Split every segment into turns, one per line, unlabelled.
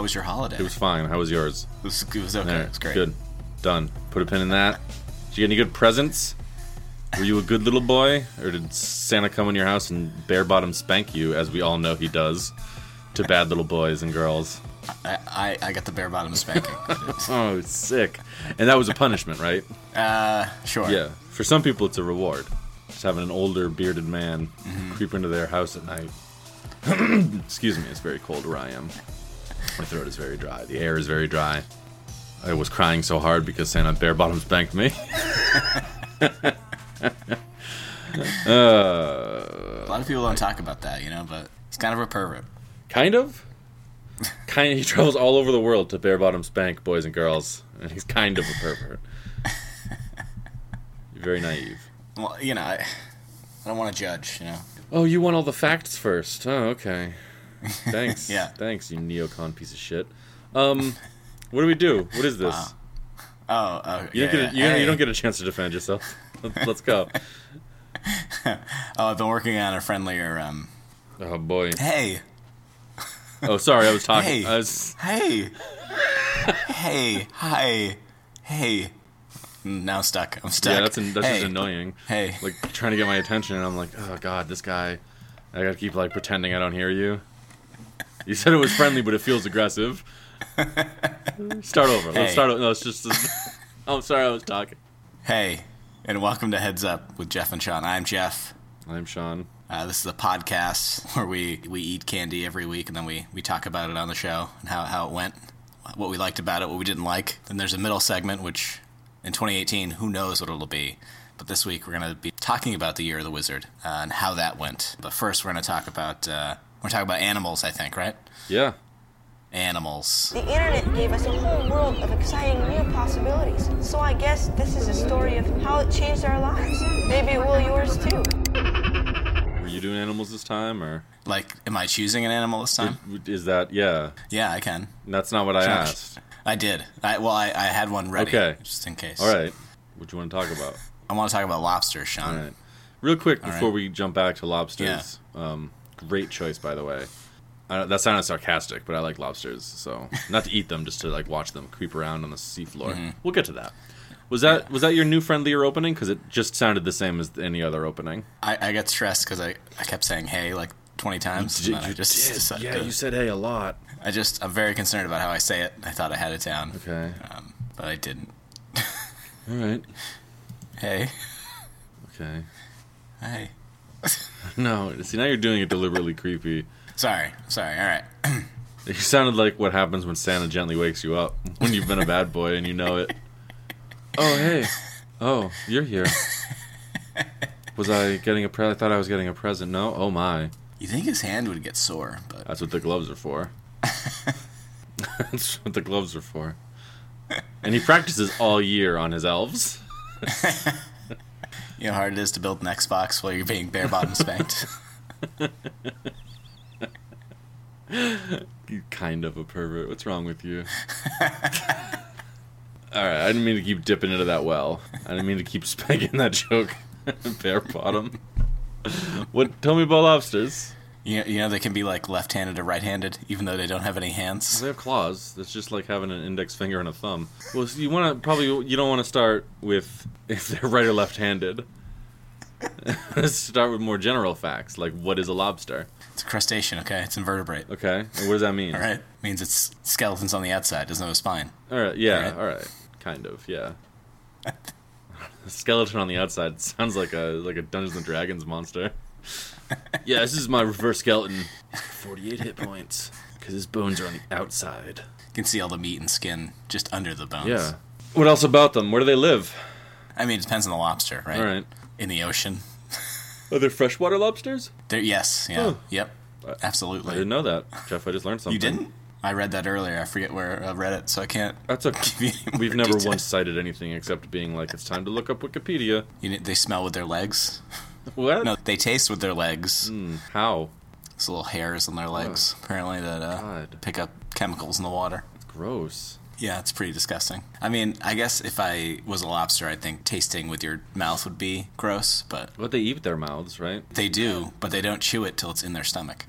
was your holiday?
It was fine. How was yours?
It was, it was okay.
All right,
It was great.
Good. Done. Put a pin in that. Did you get any good presents? Were you a good little boy, or did Santa come in your house and bare bottom spank you, as we all know he does to bad little boys and girls?
I, I, I got the bare bottom spanking.
Oh, sick! And that was a punishment, right?
uh, sure.
Yeah. For some people, it's a reward. Just having an older bearded man creep into their house at night. Excuse me, it's very cold where I am. My throat is very dry. The air is very dry. I was crying so hard because Santa bare bottoms banked me.
A lot of people don't talk about that, you know, but it's kind of a pervert.
Kind of. Kind of, he travels all over the world to bare bottom spank boys and girls, and he's kind of a pervert. You're very naive.
Well, you know, I, I don't want to judge, you know.
Oh, you want all the facts first. Oh, okay. Thanks.
Yeah.
Thanks, you neocon piece of shit. Um, what do we do? What is this?
Oh, oh
You,
yeah,
don't get a, you,
yeah.
you don't
Hey.
get a chance to defend yourself. Let's, let's go.
Oh, I've been working on a friendlier. Um,
Oh boy.
hey,
Oh, sorry. I was talking.
Hey.
I was.
hey, hey, hi, hey. Now I'm stuck. I'm stuck.
Yeah, that's an, that's
hey.
just annoying.
Hey.
Like trying to get my attention, and I'm like, oh god, this guy. I gotta keep like pretending I don't hear you. You said it was friendly, but it feels aggressive. start over.
Hey.
Let's start over. No, it's just. I'm sorry. I was talking.
Hey, and welcome to Heads Up with Jeff and Sean. I'm Jeff.
I'm Sean.
Uh, this is a podcast where we, we eat candy every week and then we, we talk about it on the show and how, how it went, what we liked about it, what we didn't like. Then there's a middle segment, which in 2018, who knows what it'll be. But this week, we're going to be talking about the Year of the Wizard uh, and how that went. But first, we're going to talk about uh, we're talking about animals, I think, right?
Yeah.
Animals.
The internet gave us a whole world of exciting new possibilities. So I guess this is a story of how it changed our lives. Maybe it will yours too.
Were you doing animals this time, or
Like, am I choosing an animal this time?
is that yeah?
Yeah, I can.
That's not what I
Sure.
asked.
I did. I, well, I, I had one ready,
Okay.
just in case.
All right, what you want to talk about?
I want to talk about lobsters,
All
Sean.
right, real quick before
right.
we jump back to lobsters. Um, great choice, by the way. I don't, that sounded sarcastic, but I like lobsters, so not to eat them, just to like watch them creep around on the seafloor.
Mm-hmm.
We'll get to that. Was that was that your new friendlier opening? Because it just sounded the same as any other opening.
I, I got stressed because I, I kept saying hey like 20 times. and then I just decided
yeah,
to-
you said hey a lot.
I just I'm very concerned about how I say it. I thought I had it down,
Okay,
um, but I didn't.
all right,
Hey,
okay.
hey.
No, see now you're doing it deliberately creepy.
Sorry, sorry. All right.
You sounded like what happens when Santa gently wakes you up when you've been a bad boy and you know it. Oh hey, oh you're here. Was I getting a pre? I thought I was getting a present. No, oh my,
You think his hand would get sore, but
that's what the gloves are for. that's what the gloves are for. And he practices all year on his elves.
you know how hard it is to build an Xbox while you're being bare bottom spanked.
You kind of a pervert. What's wrong with you? All right, I didn't mean to keep dipping into that well. I didn't mean to keep spanking that joke. Bare bottom. What? Tell me about lobsters.
you, know, you know they can be like left-handed or right-handed, even though they don't have any hands.
They have claws. That's just like having an index finger and a thumb. Well, so you want to probably you don't want to start with if they're right or left-handed. start with more general facts, like what is a lobster?
It's a crustacean, okay? It's invertebrate.
Okay, and what does that mean?
All right, means it's skeletons on the outside, doesn't have a spine.
All right. Yeah.
Alright.
All right. Kind of. Yeah. Skeleton on the outside sounds like a like a Dungeons and Dragons monster. yeah, this is my reverse skeleton. Forty-eight hit points because his bones are on the outside.
You can see all the meat and skin just under the bones.
Yeah. What else about them? Where do they live?
I mean, it depends on the lobster, right?
All right.
In the ocean.
Are there freshwater lobsters?
There, yes, yeah,
Oh.
yep,
I
absolutely.
didn't know that, Jeff. I just learned something.
you didn't? I read that earlier. I forget where I read it, so I can't.
That's a.
Give you any
Uh, We've
more
never
detail.
once cited anything except being like, it's time to look up Wikipedia.
You know, they smell with their legs.
What?
No, they taste with their legs.
Hmm. How?
There's little hairs on their legs, apparently that uh,
God.
pick up chemicals in the water.
It's gross.
Yeah, it's pretty disgusting. I mean, I guess if I was a lobster, I think tasting with your mouth would be gross, but
What they eat with their mouths, right?
they do, but they don't chew it till it's in their stomach.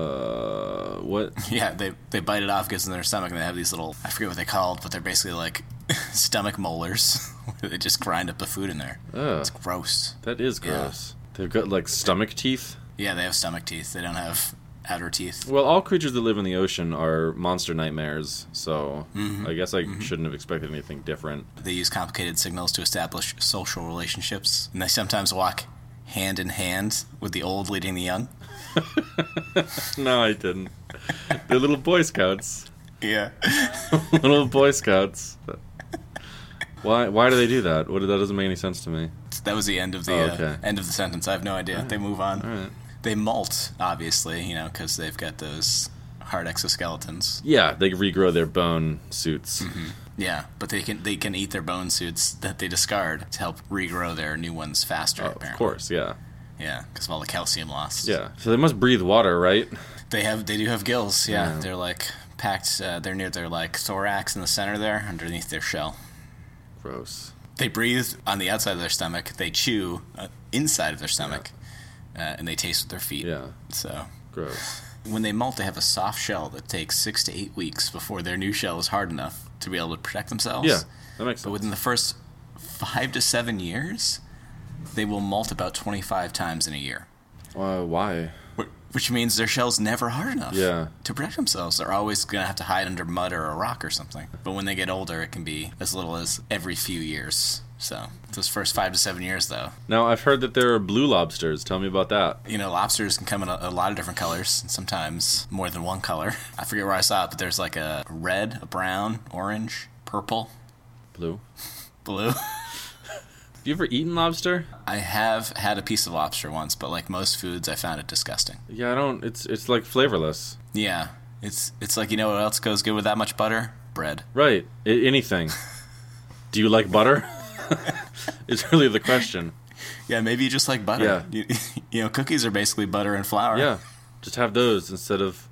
Uh, what?
Yeah, they they bite it off, gets in their stomach, and they have these little I forget what they called, but they're basically like stomach molars. they just grind up the food in there.
Ugh,
It's gross.
Ah, that is
Yeah.
gross. They've got like stomach teeth.
Yeah, they have stomach teeth. They don't have outer teeth.
Well, all creatures that live in the ocean are monster nightmares, so
Mm-hmm.
I guess I shouldn't have expected anything different.
They use complicated signals to establish social relationships, and they sometimes walk hand in hand with the old leading the young.
No, I didn't. They're little Boy Scouts.
Yeah.
Little Boy Scouts. Why? Why do they do that? What? That doesn't make any sense to me.
That was the end of the
Oh, okay.
uh, end of the sentence. I have no idea. They move on.
All right.
They molt, obviously, you know, because they've got those hard exoskeletons.
Yeah, they regrow their bone suits.
Mm-hmm, Yeah, but they can they can eat their bone suits that they discard to help regrow their new ones faster.
Oh,
apparently.
of course, yeah,
Yeah, because of all the calcium lost.
yeah. So they must breathe water, right?
They have they do have gills. Yeah,
Yeah.
they're like packed. Uh, they're near their like thorax in the center there, underneath their shell.
Gross.
They breathe on the outside of their stomach. They chew uh, inside of their stomach, uh, and they taste with their feet.
Yeah,
So
gross.
when they molt, they have a soft shell that takes six to eight weeks before their new shell is hard enough to be able to protect themselves.
Yeah, that makes
But
sense.
within the first five to seven years, they will molt about 25 times in a year,
Uh, why?
wh- which means their shell's never hard enough
Yeah.
to protect themselves. They're always going to have to hide under mud or a rock or something. But when they get older, it can be as little as every few years. So, those first five to seven years, though,
Now I've heard that there are blue lobsters. Tell me about that.
you know, lobsters can come in a, a lot of different colors, and sometimes more than one color. I forget where I saw it, but there's like a red, a brown, orange, purple,
Blue.
blue.
Have you ever eaten lobster?
I have had a piece of lobster once, but like most foods, I found it disgusting.
Yeah, I don't. It's it's like flavorless.
Yeah, it's it's like you know what else goes good with that much butter? Bread.
Right. I- anything. Do you like butter? it's really the question.
Yeah, maybe you just like butter.
Yeah.
You, you know, cookies are basically butter and flour.
Yeah. Just have those instead of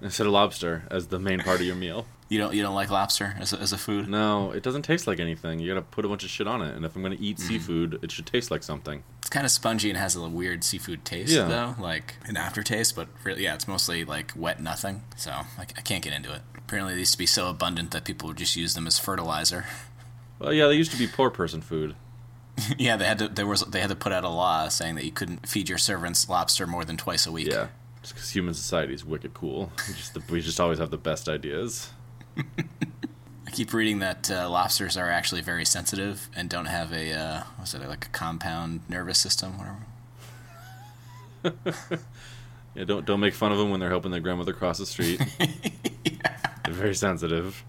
instead of lobster as the main part of your meal.
You don't you don't like lobster as a, as a food?
No, it doesn't taste like anything. You gotta put a bunch of shit on it. And if I'm gonna eat seafood, it should taste like something.
It's kind of spongy and has a weird seafood taste
Yeah.
though, like an aftertaste. But really, yeah, it's mostly like wet nothing. So I, c- I can't get into it. Apparently, they used to be so abundant that people would just use them as fertilizer.
Well, yeah, they used to be poor person food.
yeah, they had to there was they had to put out a law saying that you couldn't feed your servants lobster more than twice a week.
Yeah. Just because human society is wicked cool. We just, we just always have the best ideas.
I keep reading that uh, lobsters are actually very sensitive and don't have a uh, what's it like a compound nervous system, whatever.
Yeah, don't don't make fun of them when they're helping their grandmother cross the street. They're very sensitive.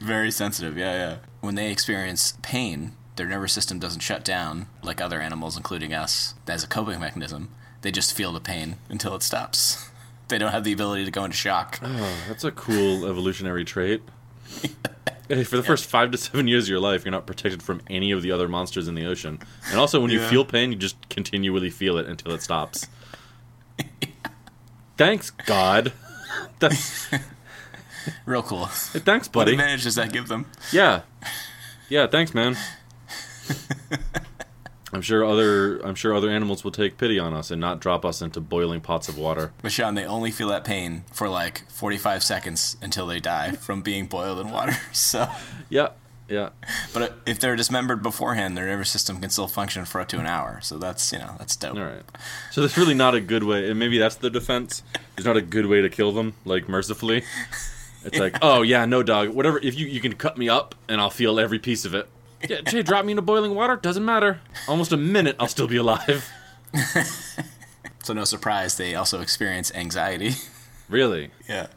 Very sensitive, yeah, yeah. When they experience pain, their nervous system doesn't shut down like other animals, including us, as a coping mechanism. They just feel the pain until it stops. They don't have the ability to go into shock.
Oh, that's a cool evolutionary trait. Hey, for the first five to seven years of your life, you're not protected from any of the other monsters in the ocean. And also, when you
Yeah.
feel pain, you just continually feel it until it stops. Thanks, God. That's,
Real cool.
thanks,
What
buddy.
advantage does that give them?
Yeah. Yeah, thanks, man. I'm sure other I'm sure other animals will take pity on us and not drop us into boiling pots of water.
But Sean, they only feel that pain for like 45 seconds until they die from being boiled in water. So,
Yeah. Yeah.
but if they're dismembered beforehand, their nervous system can still function for up to an hour. So that's you know that's dope.
All right. So that's really not a good way, and maybe that's the defense. There's not a good way to kill them, like mercifully. It's like, oh yeah, no dog, whatever. If you you can cut me up, and I'll feel every piece of it. Yeah, Jay, drop me into boiling water. Doesn't matter. Almost a minute, I'll still be alive.
So no surprise they also experience anxiety.
Really,
yeah,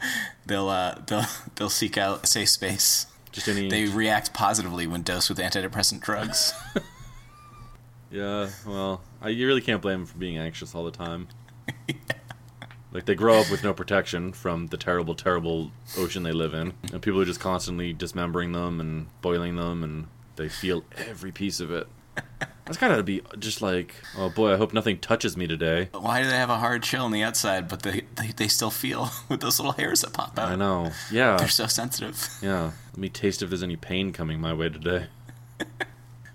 they'll uh, they'll they'll seek out a safe space.
just any.
They react positively when dosed with antidepressant drugs.
Yeah, well, I, you really can't blame them for being anxious all the time. Like they grow up with no protection from the terrible, terrible ocean they live in, and people are just constantly dismembering them and boiling them, and they feel every piece of it. That's gotta be just like, oh boy, I hope nothing touches me today.
Why do they have a hard shell on the outside, but they, they, they still feel with those little hairs that pop out?
I know. Yeah.
They're so sensitive.
Yeah. Let me taste if there's any pain coming my way today.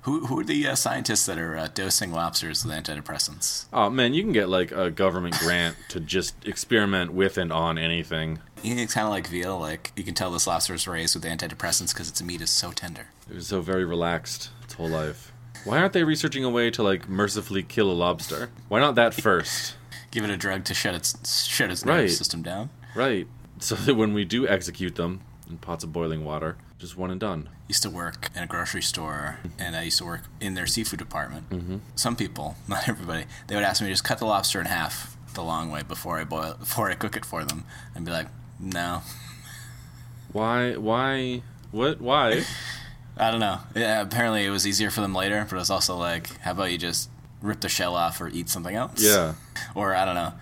Who, who are the uh, scientists that are uh, dosing lobsters with antidepressants?
Oh man, you can get like a government grant to just experiment with and on anything.
You know, It's kind of like veal. Like you can tell this lobster was raised with antidepressants because its meat is so tender.
It was so very relaxed its whole life. Why aren't they researching a way to like mercifully kill a lobster? Why not that first?
Give it a drug to shut its shut its
Right.
nervous system down.
Right. So that when we do execute them in pots of boiling water, just one and done.
used to work in a grocery store and I used to work in their seafood department. Mm-hmm. Some people, not everybody, they would ask me to just cut the lobster in half the long way before I boil before I cook it for them. I'd be like, no,
Why? Why? What? Why?
I don't know. Yeah, apparently it was easier for them later, but it was also like, how about you just rip the shell off or eat something else?
Yeah.
Or I don't know,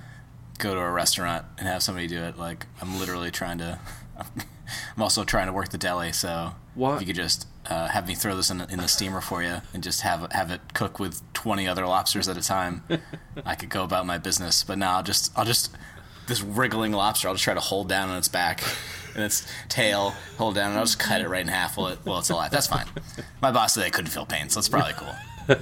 go to a restaurant and have somebody do it. Like I'm literally trying to. I'm also trying to work the deli, so
Why-
if you could just uh, have me throw this in, in the steamer for you and just have have it cook with 20 other lobsters at a time, I could go about my business. But now I'll just I'll just this wriggling lobster. I'll just try to hold down on its back and its tail, hold down, and I'll just cut it right in half while, it, while it's alive. That's fine. My boss today couldn't feel pain, so it's probably cool.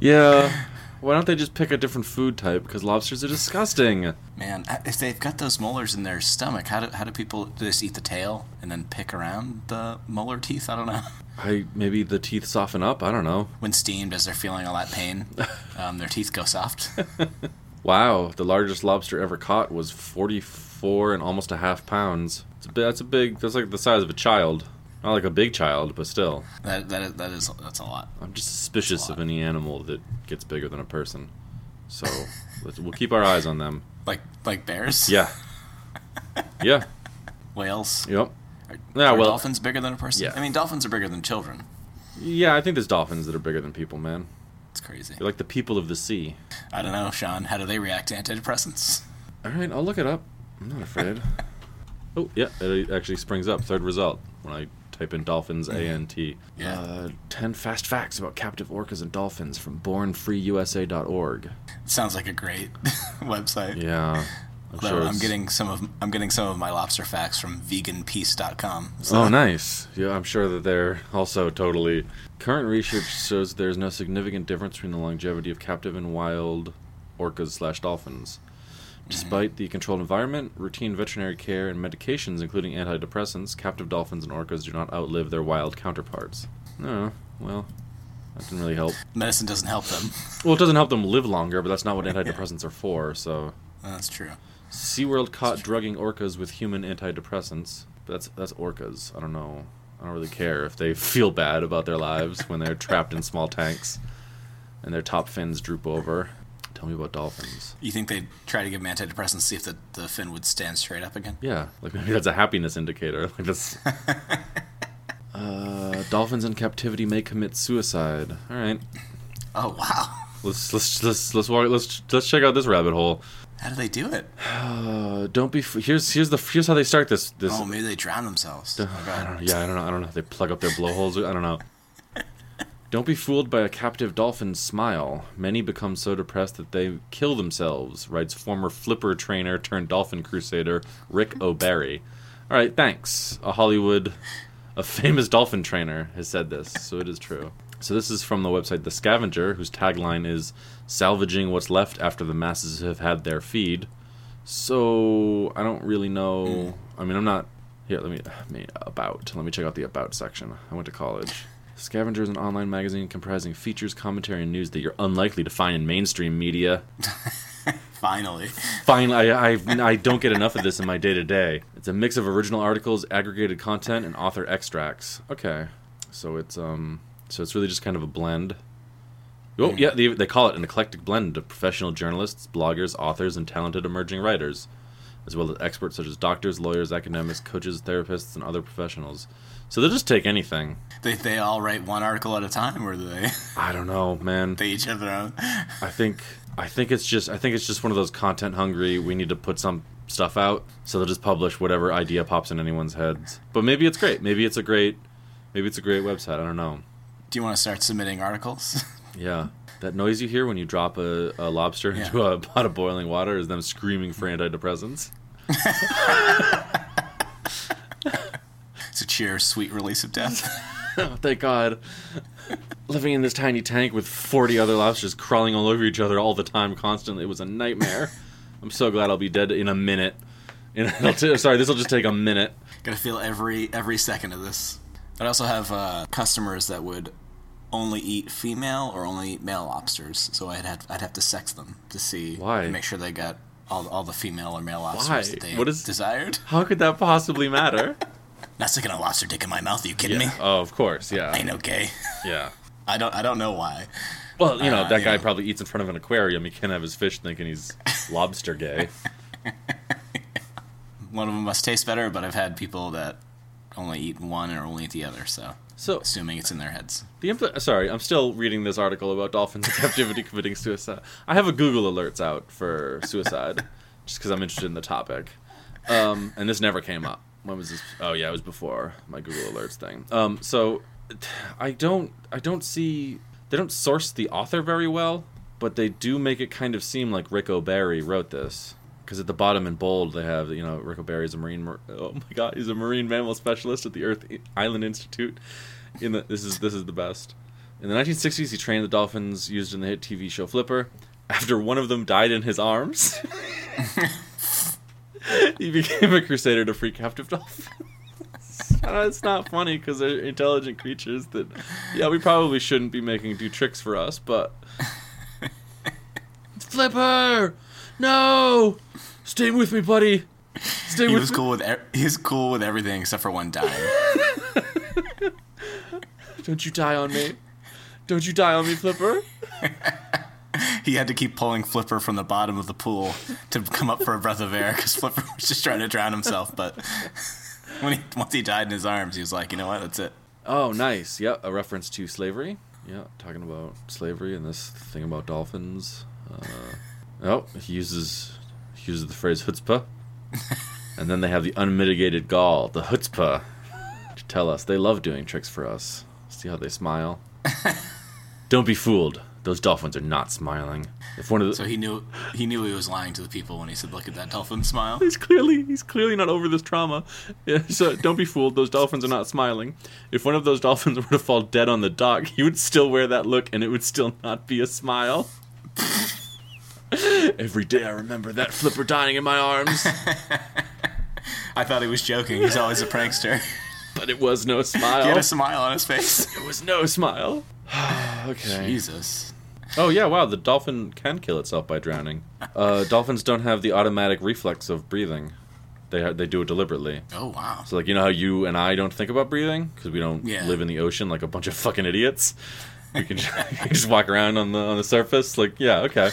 Yeah. Why don't they just pick a different food type? Because lobsters are disgusting.
Man, I- if they've got those molars in their stomach, how do, how do people do they just eat the tail and then pick around the molar teeth? I don't know.
I maybe the teeth soften up. I don't know.
When steamed, as they're feeling all that pain, um, their teeth go soft.
Wow, the largest lobster ever caught was 44 and almost a half pounds. It's a, bi- that's a big. That's like the size of a child. Not like a big child, but still.
That that is, that is that's a lot.
I'm just suspicious of any animal that gets bigger than a person. So let's, we'll keep our eyes on them.
Like like bears,
Yeah. Yeah.
whales.
Yep.
Are,
Yeah,
are
well-
dolphins bigger than a person?
Yeah.
I mean, dolphins are bigger than children.
Yeah, I think there's dolphins that are bigger than people, man.
It's crazy.
They're like the people of the sea.
I don't know, Sean. How do they react to antidepressants?
All right, I'll look it up. I'm not afraid. oh, yeah, it actually springs up. Third result when I type in dolphins ANT.
Yeah.
Uh, 10 fast facts about captive orcas and dolphins from bornfreeusa.org.
Sounds like a great website.
Yeah. I'm
Though
sure
I'm
it's-
getting some of I'm getting some of my lobster facts from veganpeace.com. So
Oh, nice. Yeah, I'm sure that they're also totally. Current research shows there's no significant difference between the longevity of captive and wild orcas slash dolphins. Despite the controlled environment, routine veterinary care, and medications, including antidepressants, captive dolphins and orcas do not outlive their wild counterparts. Oh, well, that didn't really help.
medicine doesn't help them.
Well, it doesn't help them live longer, but that's not what antidepressants are for, so.
That's true.
SeaWorld caught drugging orcas with human antidepressants. But that's that's orcas. I don't know. I don't really care if they feel bad about their lives when they're trapped in small tanks and their top fins droop over. Tell me about dolphins.
You think they'd try to give him antidepressants to see if the, the fin would stand straight up again?
Yeah, like maybe that's a happiness indicator. Like that's. Uh, dolphins in captivity may commit suicide. All right,
Oh wow!
let's let's let's let's walk, let's let's check out this rabbit hole.
How do they do it?
Uh, don't be. F- here's here's the here's how they start this this
Oh, maybe they drown themselves. Oh,
I don't
God.
know. Yeah, I don't know. I don't know. They plug up their blowholes. I don't know. Don't be fooled by a captive dolphin's smile. Many become so depressed that they kill themselves, writes former flipper trainer turned dolphin crusader Rick O'Barry. All right, thanks. A Hollywood, a famous dolphin trainer has said this, so it is true. So this is from the website The Scavenger, whose tagline is salvaging what's left after the masses have had their feed. So I don't really know. I mean, I'm not. Here, let me. I mean, about. Let me check out the about section. I went to college. Scavenger is an online magazine comprising features, commentary, and news that you're unlikely to find in mainstream media.
Finally,
Finally, I, I, I don't get enough of this in my day to day. It's a mix of original articles, aggregated content, and author extracts. Okay, so it's um, so it's really just kind of a blend. Oh yeah, they, they call it an eclectic blend of professional journalists, bloggers, authors, and talented emerging writers, as well as experts such as doctors, lawyers, academics, coaches, therapists, and other professionals. So they'll just take anything.
they they all write one article at a time, or do they
I don't know, man.
they each have their own.
I think I think it's just I think it's just one of those content hungry. We need to put some stuff out, so they'll just publish whatever idea pops in anyone's heads. But maybe it's great. Maybe it's a great. Maybe it's a great website. I don't know.
Do you want to start submitting articles?
Yeah. That noise you hear when you drop a, a lobster
Yeah.
into a pot of boiling water is them screaming for antidepressants.
it's a cheer, sweet release of death.
Oh, thank God. Living in this tiny tank with 40 other lobsters crawling all over each other all the time, constantly, it was a nightmare. I'm so glad I'll be dead in a minute. In a, sorry, this will just take a minute.
Gotta feel every every second of this. I also have uh, customers that would only eat female or only eat male lobsters, so I'd have I'd have to sex them to see
Why?
make sure they got all all the female or male lobsters
Why?
that they
What is-
desired.
How could that possibly matter?
Not sticking a lobster dick in my mouth. Are you kidding
Yeah.
me?
Oh, of course,
I
yeah.
ain't okay.
Yeah.
I don't I don't know why.
Well, you know,
Uh,
that guy
yeah.
probably eats in front of an aquarium. He can't have his fish thinking he's lobster gay.
One of them must taste better, but I've had people that only eat one or only eat the other. So
So,
assuming it's in their heads.
The impl- sorry, I'm still reading this article about dolphins in captivity committing suicide. I have a Google alerts out for suicide, just because I'm interested in the topic. Um, and this never came up. When was this? Oh yeah, it was before my Google alerts thing. Um, so I don't, I don't see. They don't source the author very well, but they do make it kind of seem like Rick O'Barry wrote this. Because at the bottom in bold, they have, you know, Rick O'Barry's a marine. Mar- oh my God, he's a marine mammal specialist at the Earth Island Institute in the this is this is the best. In the 1960s, he trained the dolphins used in the hit TV show Flipper. After one of them died in his arms, he became a crusader to free captive dolphins. Uh, it's not funny because they're intelligent creatures that, yeah, we probably shouldn't be making do tricks for us, but. Flipper! No! Stay with me, buddy! Stay
He
with
was
me!
cool with e- he's cool with everything except for one dime.
Don't you die on me! Don't you die on me, Flipper!
he had to keep pulling Flipper from the bottom of the pool to come up for a breath of air because Flipper was just trying to drown himself. But when he once he died in his arms, he was like, you know what, that's it.
Oh, nice. Yep, a reference to slavery. Yeah, talking about slavery and this thing about dolphins. Uh, oh, he uses he uses the phrase chutzpah, and then they have the unmitigated gall, the chutzpah, to tell us they love doing tricks for us. See how they smile. Don't be fooled. Those dolphins are not smiling. If one of the,
So he knew he knew he was lying to the people when he said, look at that dolphin smile.
He's clearly he's clearly not over this trauma. Yeah, so don't be fooled. Those dolphins are not smiling. If one of those dolphins were to fall dead on the dock, he would still wear that look, and it would still not be a smile. Every day I remember that flipper dying in my arms,
I thought he was joking. He's always a prankster.
but it was no
He
smile.
had a smile on his face.
It was no smile. okay.
Jesus.
Oh yeah, wow. The dolphin can kill itself by drowning. Uh, dolphins don't have the automatic reflex of breathing. They ha- they do it deliberately.
Oh wow.
So like you know how you and I don't think about breathing because we don't
Yeah.
live in the ocean like a bunch of fucking idiots. We can just, we can just walk around on the on the surface. Like yeah, okay.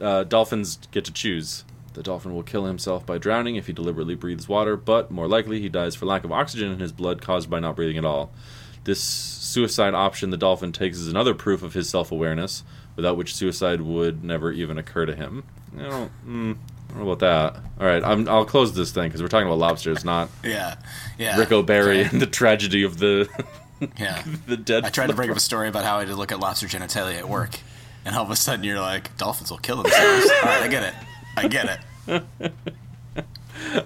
Uh, dolphins get to choose. The dolphin will kill himself by drowning if he deliberately breathes water, but more likely he dies for lack of oxygen in his blood caused by not breathing at all. This suicide option the dolphin takes is another proof of his self awareness, without which suicide would never even occur to him. I don't, mm, I don't know about that. All right, I'm, I'll close this thing because we're talking about lobsters, not
Yeah. Yeah.
Rick O'Barry and the tragedy of the
Yeah.
the dead.
I tried to bring up a story about how I did look at lobster genitalia at work, and all of a sudden you're like, dolphins will kill themselves. all right, I get it. I get it.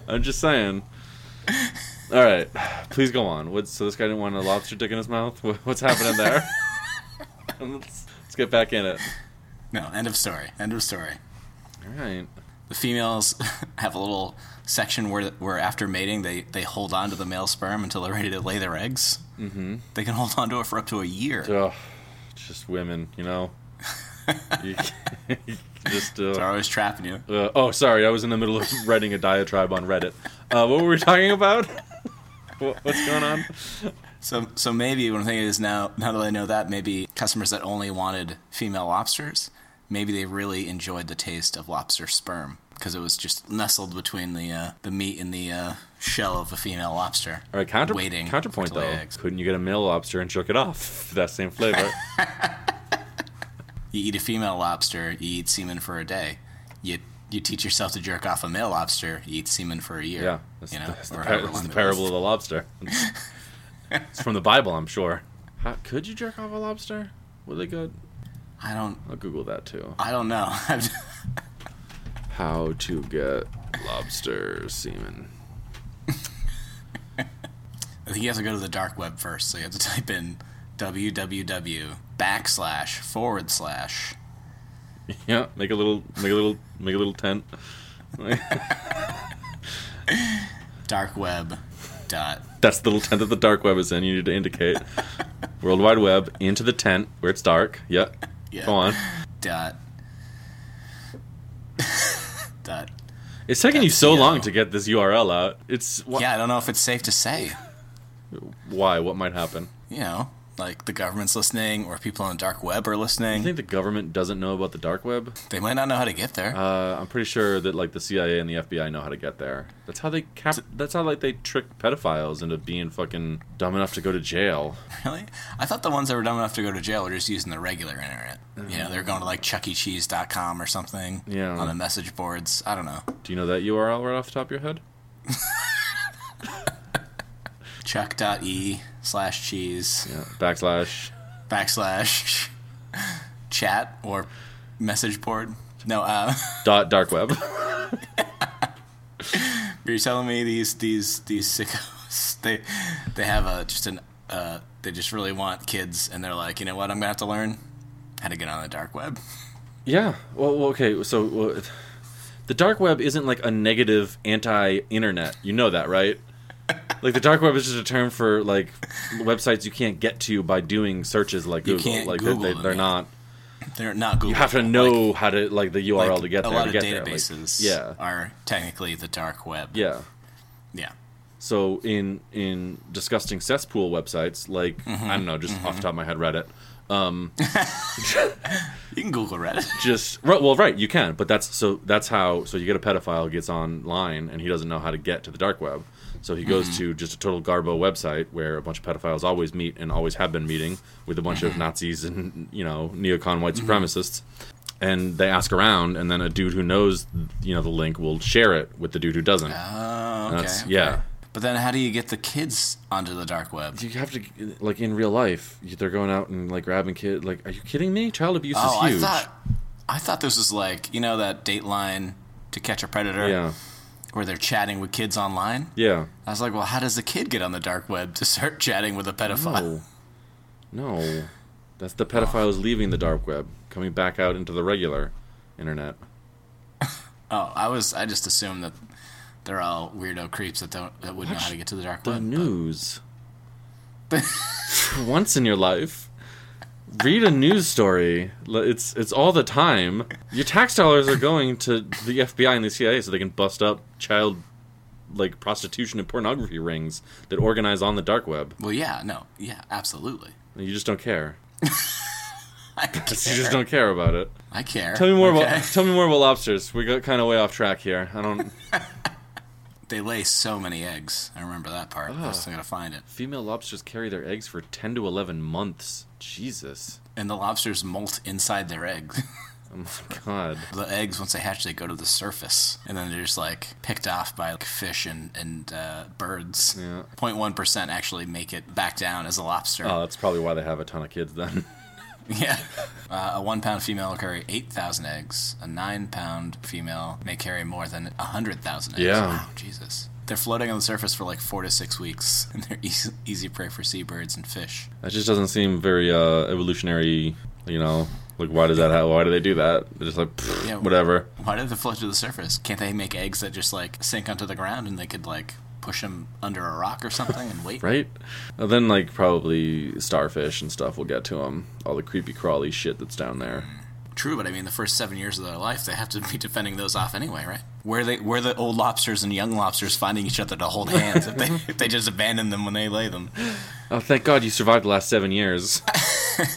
I'm just saying. All right, please go on. What's, so this guy didn't want a lobster dick in his mouth. What, what's happening there? let's, let's get back in it.
No, end of story. End of story.
All right.
The females have a little section where, where after mating, they, they hold on to the male sperm until they're ready to lay their eggs. Mm-hmm. They can hold on to it for up to a year.
Ugh, it's just women, you know. You- you just uh,
They're always trapping you.
uh, oh, sorry. I was in the middle of writing a diatribe on Reddit. Uh, what were we talking about? What- What's going on?
So, so maybe one thing is now, now that I know that, maybe customers that only wanted female lobsters, maybe they really enjoyed the taste of lobster sperm because it was just nestled between the uh, the meat and the uh, shell of a female lobster.
All right, counter,
waiting
counterpoint
to
though.
lay eggs.
Couldn't you get a male lobster and jerk it off for that same flavor?
You eat a female lobster, you eat semen for a day. You you teach yourself to jerk off a male lobster, you eat semen for a year.
yeah, that's,
you know,
the, that's the
or
par-
however
that's
long
the
they
parable
live.
of the lobster. It's from the Bible, I'm sure. How, could you jerk off a lobster? Would they go?
I don't.
I'll Google that too.
I don't know.
How to get lobster semen?
I think you have to go to the dark web first. So you have to type in www backslash forward slash.
Yeah, make a little, make a little, make a little tent.
dark web dot
That's the little tent that the dark web is in. You need to indicate World Wide Web into the tent where it's dark. Yeah,
yeah,
go on.
dot dot.
It's taking you
That's
so
the,
long
uh,
to get this URL out. It's wh-
Yeah, I don't know if it's safe to say.
why? What might happen?
You know, like the government's listening or people on the dark web are listening.
You think the government doesn't know about the dark web?
they might not know how to get there.
Uh, I'm pretty sure that like the CIA and the FBI know how to get there. That's how they cap. That's how like they trick pedophiles into being fucking dumb enough to go to jail.
Really? I thought the ones that were dumb enough to go to jail were just using the regular internet. You know, they're going to like E chuckycheese.com or something
Yeah.
on the message boards. I don't know.
Do you know that URL right off the top of your head?
Chuck.e E slash cheese
Yeah. Backslash.
backslash chat or message board. No, uh,
Dot dark web.
you're telling me these these these sickos they they have a just an uh, they just really want kids and they're like, you know what? I'm gonna have to learn how to get on the dark web.
Yeah. Well, well, okay. So well, the dark web isn't like a negative anti-internet. You know that, right? Like the dark web is just a term for like websites you can't get to by doing searches like
You
Google.
can't
like
Google
they,
them,
they're
yeah.
not.
They're not Google.
You have to know how to like the URL
like,
to get
a
there.
lot
to
of
get there. Like,
databases
yeah.
are technically the dark web.
Yeah.
Yeah.
So in in disgusting cesspool websites like I don't know, just off the top of my head, Reddit.
You can Google Reddit.
just right, well right you can but that's so that's how so you get a pedophile gets online and he doesn't know how to get to the dark web so he goes to just a total garbo website where a bunch of pedophiles always meet and always have been meeting with a bunch of nazis and you know neocon white supremacists and they ask around and then a dude who knows you know the link will share it with the dude who doesn't
Oh, okay.
That's- yeah.
But then how do you get the kids onto the dark web?
you have to like in real life they're going out and like grabbing kid like are you kidding me child abuse
Oh,
is
I
huge
thought I thought this was like, you know that Dateline to catch a predator
yeah
where they're chatting with kids online?
yeah
I was like, well, how does the kid get on the dark web to start chatting with a pedophile?
No. No. That's the pedophiles leaving the dark web, coming back out into the regular internet.
Oh, I was I just assumed that they're all weirdo creeps that don't that wouldn't know how to get to the dark
The
web.
news. For once in your life, read a news story. L- It's it's all the time. Your tax dollars are going to the FBI and the CIA so they can bust up child like prostitution and pornography rings that organize on the dark web.
Well, yeah, no. Yeah, absolutely.
And you just don't care.
I
You
care.
just don't care about it.
I care.
Tell me more
Okay.
about tell me more about lobsters. We got kind of way off track here. I don't
They lay so many eggs. I remember that part. I was still gonna find it.
Female lobsters carry their eggs for 10 to 11 months. Jesus.
And the lobsters molt inside their eggs.
Oh my god.
the eggs, once they hatch, they go to the surface, and then they're just like picked off by like, fish and and uh, birds.
Yeah.
0.1 percent actually make it back down as a lobster.
Oh, that's probably why they have a ton of kids then.
Yeah. Uh, a one pound female will carry 8,000 eggs. A nine pound female may carry more than 100,000 eggs.
Yeah.
Wow, Jesus. They're floating on the surface for like four to six weeks, and they're easy, easy prey for seabirds and fish.
That just doesn't seem very uh, evolutionary, you know? Like, why does that happen? Why do they do that? They're just like, pfft,
Yeah.
whatever.
Why do they float to the surface? Can't they make eggs that just like sink onto the ground and they could like push them under a rock or something and wait?
Right? And then, like, probably starfish and stuff will get to them. All the creepy crawly shit that's down there.
True, but I mean, the first seven years of their life, they have to be defending those off anyway, right? Where they, where the old lobsters and young lobsters finding each other to hold hands if they, if they just abandon them when they lay them?
Oh, thank God you survived the last seven years.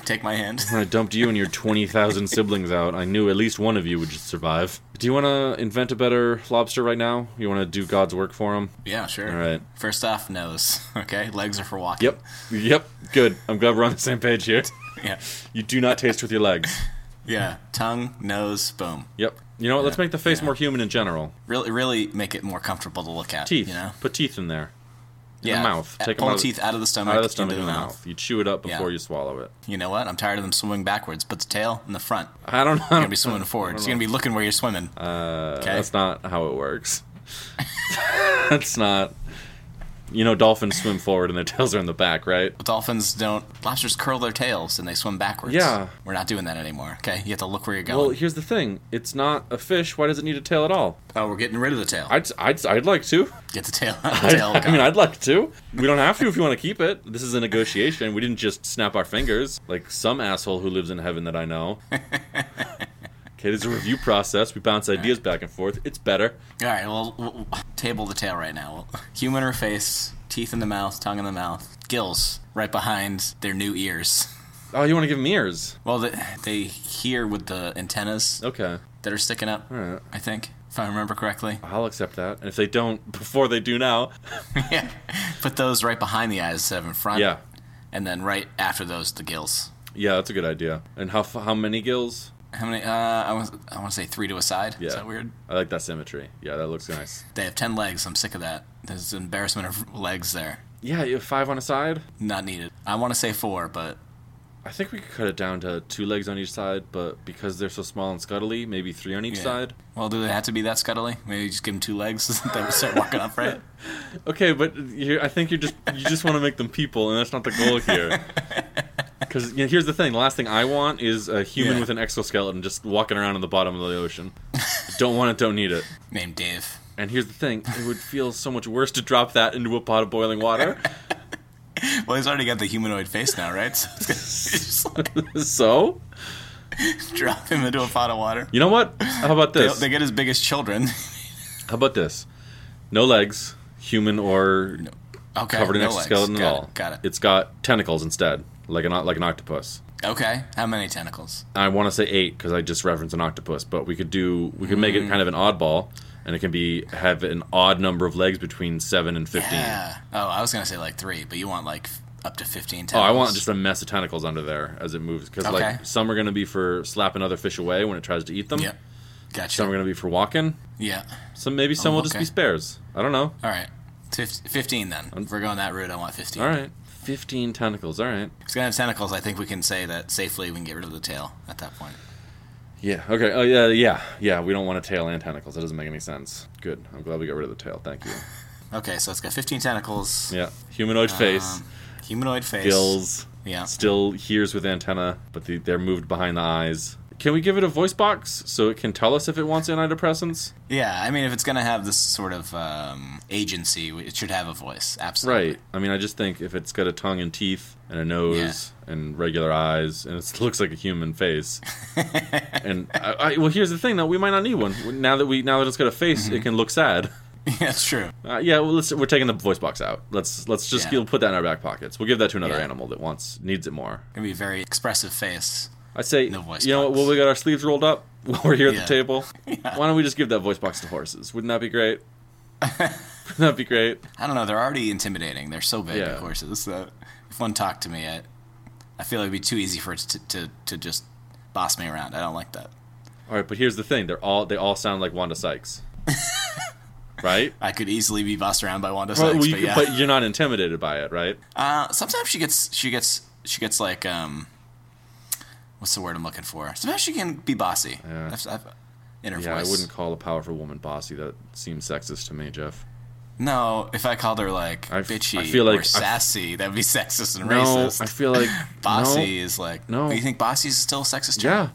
Take my hand.
When I dumped you and your 20,000 siblings out, I knew at least one of you would just survive. Do you want to invent a better lobster right now? You want to do God's work for him?
Yeah, sure.
All right.
First off, nose. Okay, legs are for walking.
Yep. Yep. Good. I'm glad we're on the same page here.
Yeah.
You do not taste with your legs.
Yeah. Tongue, nose, boom.
Yep. You know what? Let's make the face more human in general.
Really, really make it more comfortable to look at.
Teeth.
You know.
Put teeth in there. in the mouth. Take 'em
pull
out
the
of-
teeth out of the stomach,
out of the stomach
into
in
the
the
mouth.
mouth. You chew it up before
Yeah.
you swallow it.
You know what? I'm tired of them swimming backwards. Put the tail in the front. You're
I don't know.
gonna be swimming forward. It's gonna be looking where you're swimming.
Uh,
Okay.
That's not how it works. that's not. You know, dolphins swim forward and their tails are in the back, right?
Dolphins don't. Lobsters curl their tails and they swim backwards.
Yeah.
We're not doing that anymore. Okay. You have to look where you're
Well,
going.
here's the thing. It's not a fish. Why does it need a tail at all?
oh, we're getting rid of the tail.
I'd, I'd, I'd like to.
Get the tail. Out
I-
the tail.
I mean, I'd like to. We don't have to if you want to keep it. This is a negotiation. We didn't just snap our fingers like some asshole who lives in heaven that I know. Okay, there's a review process. We bounce ideas back and forth. It's better.
All right. Well, w- w- table the tail right now. Human or face, teeth in the mouth, tongue in the mouth, gills right behind their new ears.
Oh, you want to give them ears?
Well, they, they hear with the antennas
Okay,
that are sticking up.
all right.
I think, if I remember correctly.
I'll accept that. And if they don't before they do now,
yeah. Put those right behind the eyes instead of in front.
yeah,
And then right after those, the gills.
yeah, that's a good idea. And how f- how many gills?
How many? Uh, I want. I want to say three to a side.
Yeah.
Is that weird?
I like that symmetry. Yeah, that looks nice.
They have ten legs. I'm sick of that. There's an embarrassment of legs there.
Yeah, you have five on a side.
Not needed. I want to say four, but
I think we could cut it down to two legs on each side, but because they're so small and scuttly, maybe three on each
Yeah.
side.
well, do they have to be that scuttly? Maybe just give them two legs. they would start walking upright.
Okay, but you I think you're just you just want to make them people, and that's not the goal here. Because you know, here's the thing: the last thing I want is a human
Yeah.
with an exoskeleton just walking around on the bottom of the ocean. don't want it, don't need it.
Named Dave.
And here's the thing: it would feel so much worse to drop that into a pot of boiling water.
Well, he's already got the humanoid face now, right? So it's gonna just like,
so
drop him into a pot of water.
you know what? How about
They,
this?
they get as big as children.
How about this? No legs, human or
Okay.
covered in
no legs.
exoskeleton
got
at
it,
all.
Got it.
It's got tentacles instead, like an o- like an octopus.
Okay. How many tentacles?
I want to say eight because I just referenced an octopus, but we could do we could make
Mm.
it kind of an oddball, and it can be have an odd number of legs between seven and fifteen.
Yeah. Oh, I was gonna say like three, but you want like f- up to fifteen
Oh,
tentacles.
I want just a mess of tentacles under there as it moves because
Okay.
like some are gonna be for slapping other fish away when it tries to eat them.
Yep. Gotcha.
Some are gonna be for walking.
Yeah.
Some maybe some will just
okay.
be spares. I don't know.
All right. Fif- 15 then. If we're going that route, I want 15.
All right, fifteen tentacles. All right.
If it's going to have tentacles, I think we can say that safely we can get rid of the tail at that point.
Yeah. Okay. Oh yeah. Yeah. Yeah. We don't want a tail and tentacles. That doesn't make any sense. Good. I'm glad we got rid of the tail. Thank you.
Okay, so it's got 15 tentacles.
Yeah. Humanoid face,
um, humanoid face.
gills,
Yeah.
still hears with antenna, but the, they're moved behind the eyes. Can we give it a voice box so it can tell us if it wants antidepressants?
Yeah, I mean, if it's going to have this sort of um, agency, we- it should have a voice. Absolutely.
Right. I mean, I just think if it's got a tongue and teeth and a nose and regular eyes and it looks like a human face, and I, I, well, here's the thing though, we might not need one now that we now that it's got a face,
Mm-hmm.
it can look sad.
yeah, it's true.
Uh, yeah, well, let's, we're taking the voice box out. Let's let's just
Yeah.
get- put that in our back pockets. We'll give that to another
Yeah.
animal that wants needs it more.
It'd be a very expressive face.
I say,
No voice
you know,
box.
what? well, we got our sleeves rolled up while we're here at
Yeah.
the table. Why don't we just give that voice box to horses? Wouldn't that be great? Wouldn't that be great?
I don't know. They're already intimidating. They're so big,
Yeah.
of course. So if one talked to me, I, I feel it'd be too easy for it to, to, to just boss me around. I don't like that.
All right, but here's the thing: they're all they all sound like Wanda Sykes, right?
I could easily be bossed around by Wanda
Well,
Sykes,
you
but
could-
yeah.
but you're not intimidated by it, right?
Uh, sometimes she gets she gets she gets like um, what's the word I'm looking for? Sometimes she can be bossy.
Yeah.
I've, I've, in her
Yeah,
voice.
I wouldn't call a powerful woman bossy. That seems sexist to me, Jeff.
No, if I called her like
I f-
bitchy
I feel like
or
I-
sassy, that'd be sexist and
No,
racist.
I feel like
bossy
no.
is like
no.
You think bossy is still sexist? too?
Yeah,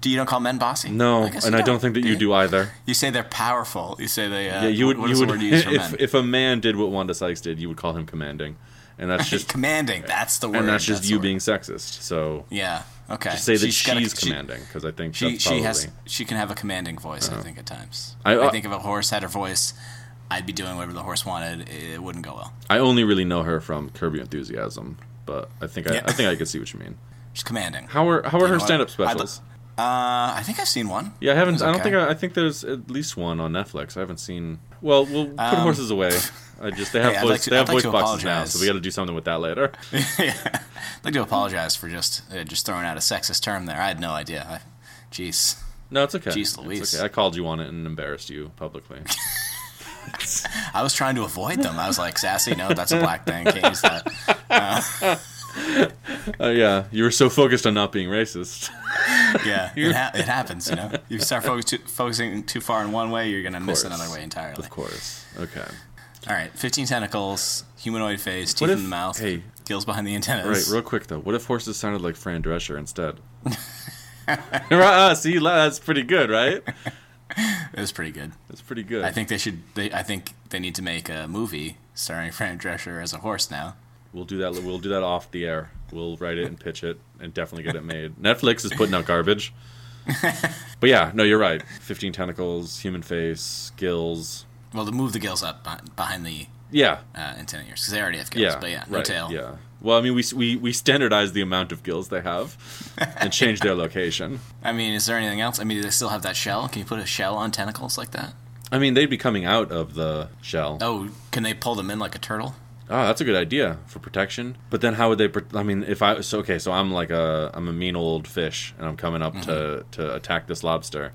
Do you don't call men bossy?
no,
guess
and
you
I don't think that you
They-
do either.
You say they're powerful. You say they. Uh,
Yeah, you would.
What
you
is the
would.
word you use for
if
men?
if a man did what Wanda Sykes did, you would call him commanding, and that's just
commanding. That's the word.
and that's just
the
you
word.
being sexist. So
Yeah. Okay.
just say that she's,
gotta- she-
commanding because I think
She
that's probably.
she has she can have a commanding voice. I think at times. I,
I- uh, I-
think if a horse had her voice, I'd be doing whatever the horse wanted. It wouldn't go well.
I only really know her from Curb Your Enthusiasm, but I think I,
Yeah.
I think I could see what you mean.
She's commanding.
How are how
You
are
know
her
what?
stand up
I'd l-
specials?
Uh, I think I've seen one.
yeah, I
It
haven't.
was
I don't
okay.
think I, I think there's at least one on Netflix. I haven't seen. Well, we'll put horses away. I just they have
Um, Hey, I'd
voice,
like to-
they have
I'd like
voice
to
boxes now,
apologize.
so we got to do something with that later.
Yeah. I'd like to apologize for just uh, just throwing out a sexist term there. I had no idea. I, jeez.
No, it's okay.
Jeez
It's
Louise.
okay. I called you on it and embarrassed you publicly.
I was trying to avoid them. I was like, sassy, no, that's a black thing. Can't use that.
Uh, yeah, you were so focused on not being racist.
Yeah, it, ha- it happens, you know? You start focus too, focusing too far in one way, you're going to miss
course.
another way entirely.
Of course. Okay.
All right, 15 tentacles, humanoid face, teeth
What
in
if-
the mouth,
hey.
gills behind the
All right,
antennas.
real quick though. What if horses sounded like Fran Drescher instead? Right, uh, see, la- that's pretty good, right?
It was pretty good.
That's pretty good.
I think they should. They, I think they need to make a movie starring Fran Drescher as a horse now.
we'll do that. We'll do that off the air. We'll write it and pitch it, and definitely get it made. Netflix is putting out garbage. but yeah, no, you're right. Fifteen tentacles, human face, gills.
Well, to move the gills up beh- behind the
Yeah,
uh, antenna ears because they already have gills.
yeah,
but yeah, no
right,
tail.
Yeah. Well, I mean, we, s- we we standardize the amount of gills they have, and change their location.
I mean, is there anything else? I mean, do they still have that shell? Can you put a shell on tentacles like that?
I mean, they'd be coming out of the shell.
Oh, can they pull them in like a turtle?
Oh, that's a good idea for protection. But then how would they? pr- I mean, if I so okay, so I'm like a I'm a mean old fish, and I'm coming
Mm-hmm.
up to to attack this lobster.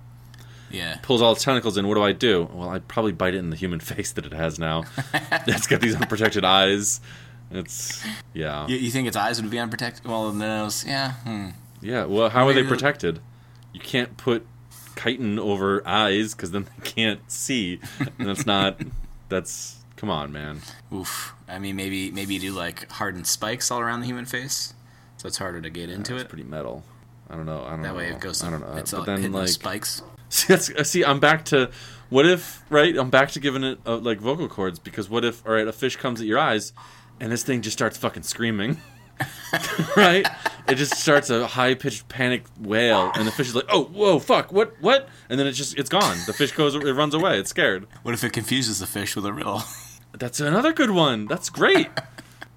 Yeah.
Pulls all its tentacles in. What do I do? Well, I'd probably bite it in the human face that it has now. it's got these unprotected eyes. It's yeah,
You, you think its eyes would be unprotected? Well, the nose. Yeah. Hmm.
yeah. Well, how are they
Maybe-
protected? You can't put chitin over eyes because then they can't see, and that's not. That's come on, man.
Oof. I mean, maybe maybe you do like hardened spikes all around the human face, so it's harder to get into
That's
it.
pretty metal. I don't know. I don't
That
know.
way it goes.
I don't know.
It's
but
all
then
hitting
like.
those spikes.
See, that's, uh, see, I'm back to what if, right? I'm back to giving it uh, like vocal cords because what if, all right, a fish comes at your eyes and this thing just starts fucking screaming, right? It just starts a high pitched panic wail and the fish is like, oh, whoa, fuck, what, what? And then it's just, it's gone. The fish goes, it runs away, it's scared.
What if it confuses the fish with a riddle?
That's another good one. That's great.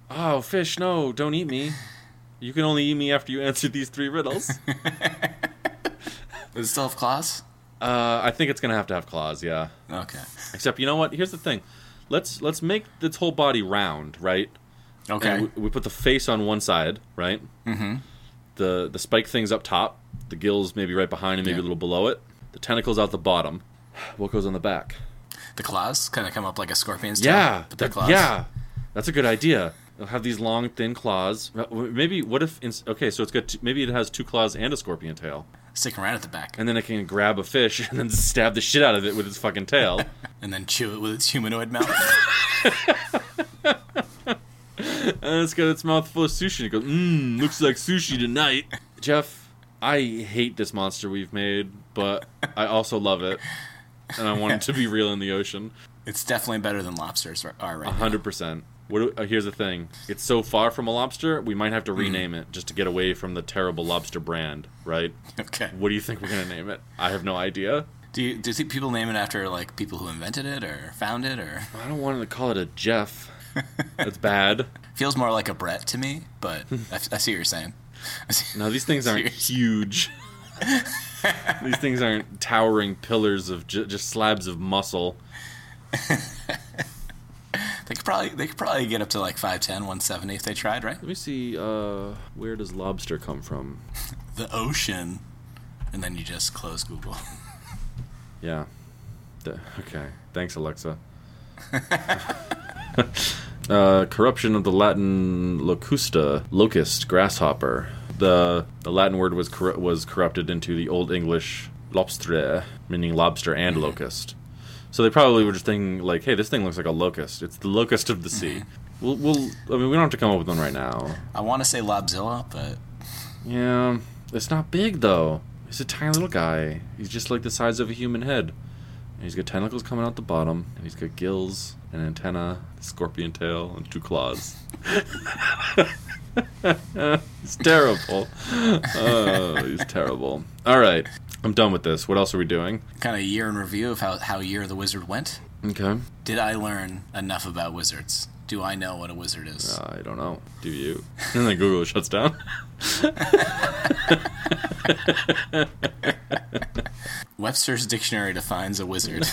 Oh, fish, no, don't eat me. You can only eat me after you answer these three riddles.
Does it still have claws?
Uh, I think it's going to have to have claws, yeah.
Okay.
Except you know what? Here's the thing. Let's let's make its whole body round, right?
Okay.
And we, we put the face on one side, right? Mm-hmm. The the spike things up top. The gills maybe right behind and maybe
Yeah.
a little below it. The tentacles out the bottom. What goes on the back?
the claws kind of come up like a scorpion's tail.
Yeah,
But
that-
they're claws.
yeah. That's a good idea. It'll have these long, thin claws. Maybe what if? ins- Okay, so it's got t- maybe it has two claws and a scorpion tail,
Sticking right at the back.
and then it can grab a fish and then stab the shit out of it with its fucking tail.
And then chew it with its humanoid mouth.
and it's got its mouth full of sushi. And it goes, mmm, looks like sushi tonight. Jeff, I hate this monster we've made, but I also love it. And I want it to be real in the ocean.
it's definitely better than lobsters r- are right now.
100%. What do, uh, here's the thing it's so far from a lobster, we might have to rename it just to get away from the terrible lobster brand, right?
Okay.
What do you think we're going to name it? I have no idea.
Do you, do you think people name it after like people who invented it or found it or
I don't want to call it a Jeff. That's bad.
feels more like a Brett to me? But I, I see what you're saying. I see-
No, these things aren't huge. these things aren't towering pillars of ju- just slabs of muscle.
They could probably they could probably get up to like 5'10", 170 if they tried, right?
Let me see. Uh, where does lobster come from?
The ocean, and then you just close Google.
Yeah. The- okay. Thanks, Alexa. uh, corruption of the Latin locusta, locust, grasshopper. The the Latin word was corru- was corrupted into the Old English lobstre, meaning lobster and locust. So they probably were just thinking like, hey, this thing looks like a locust. It's the locust of the sea. We'll, we'll. I mean, we don't have to come up with one right now.
I want to say Lobzilla, but
Yeah, it's not big though. He's a tiny little guy. He's just like the size of a human head. And he's got tentacles coming out the bottom, and he's got gills, an antenna, a scorpion tail, and two claws. he's terrible. Oh, he's terrible. All right, I'm done with this. What else are we doing?
kind of a year in review of how how year of the wizard went.
Okay.
Did I learn enough about wizards? Do I know what a wizard is?
Uh, I don't know. Do you? And then Google shuts down.
Webster's dictionary defines a wizard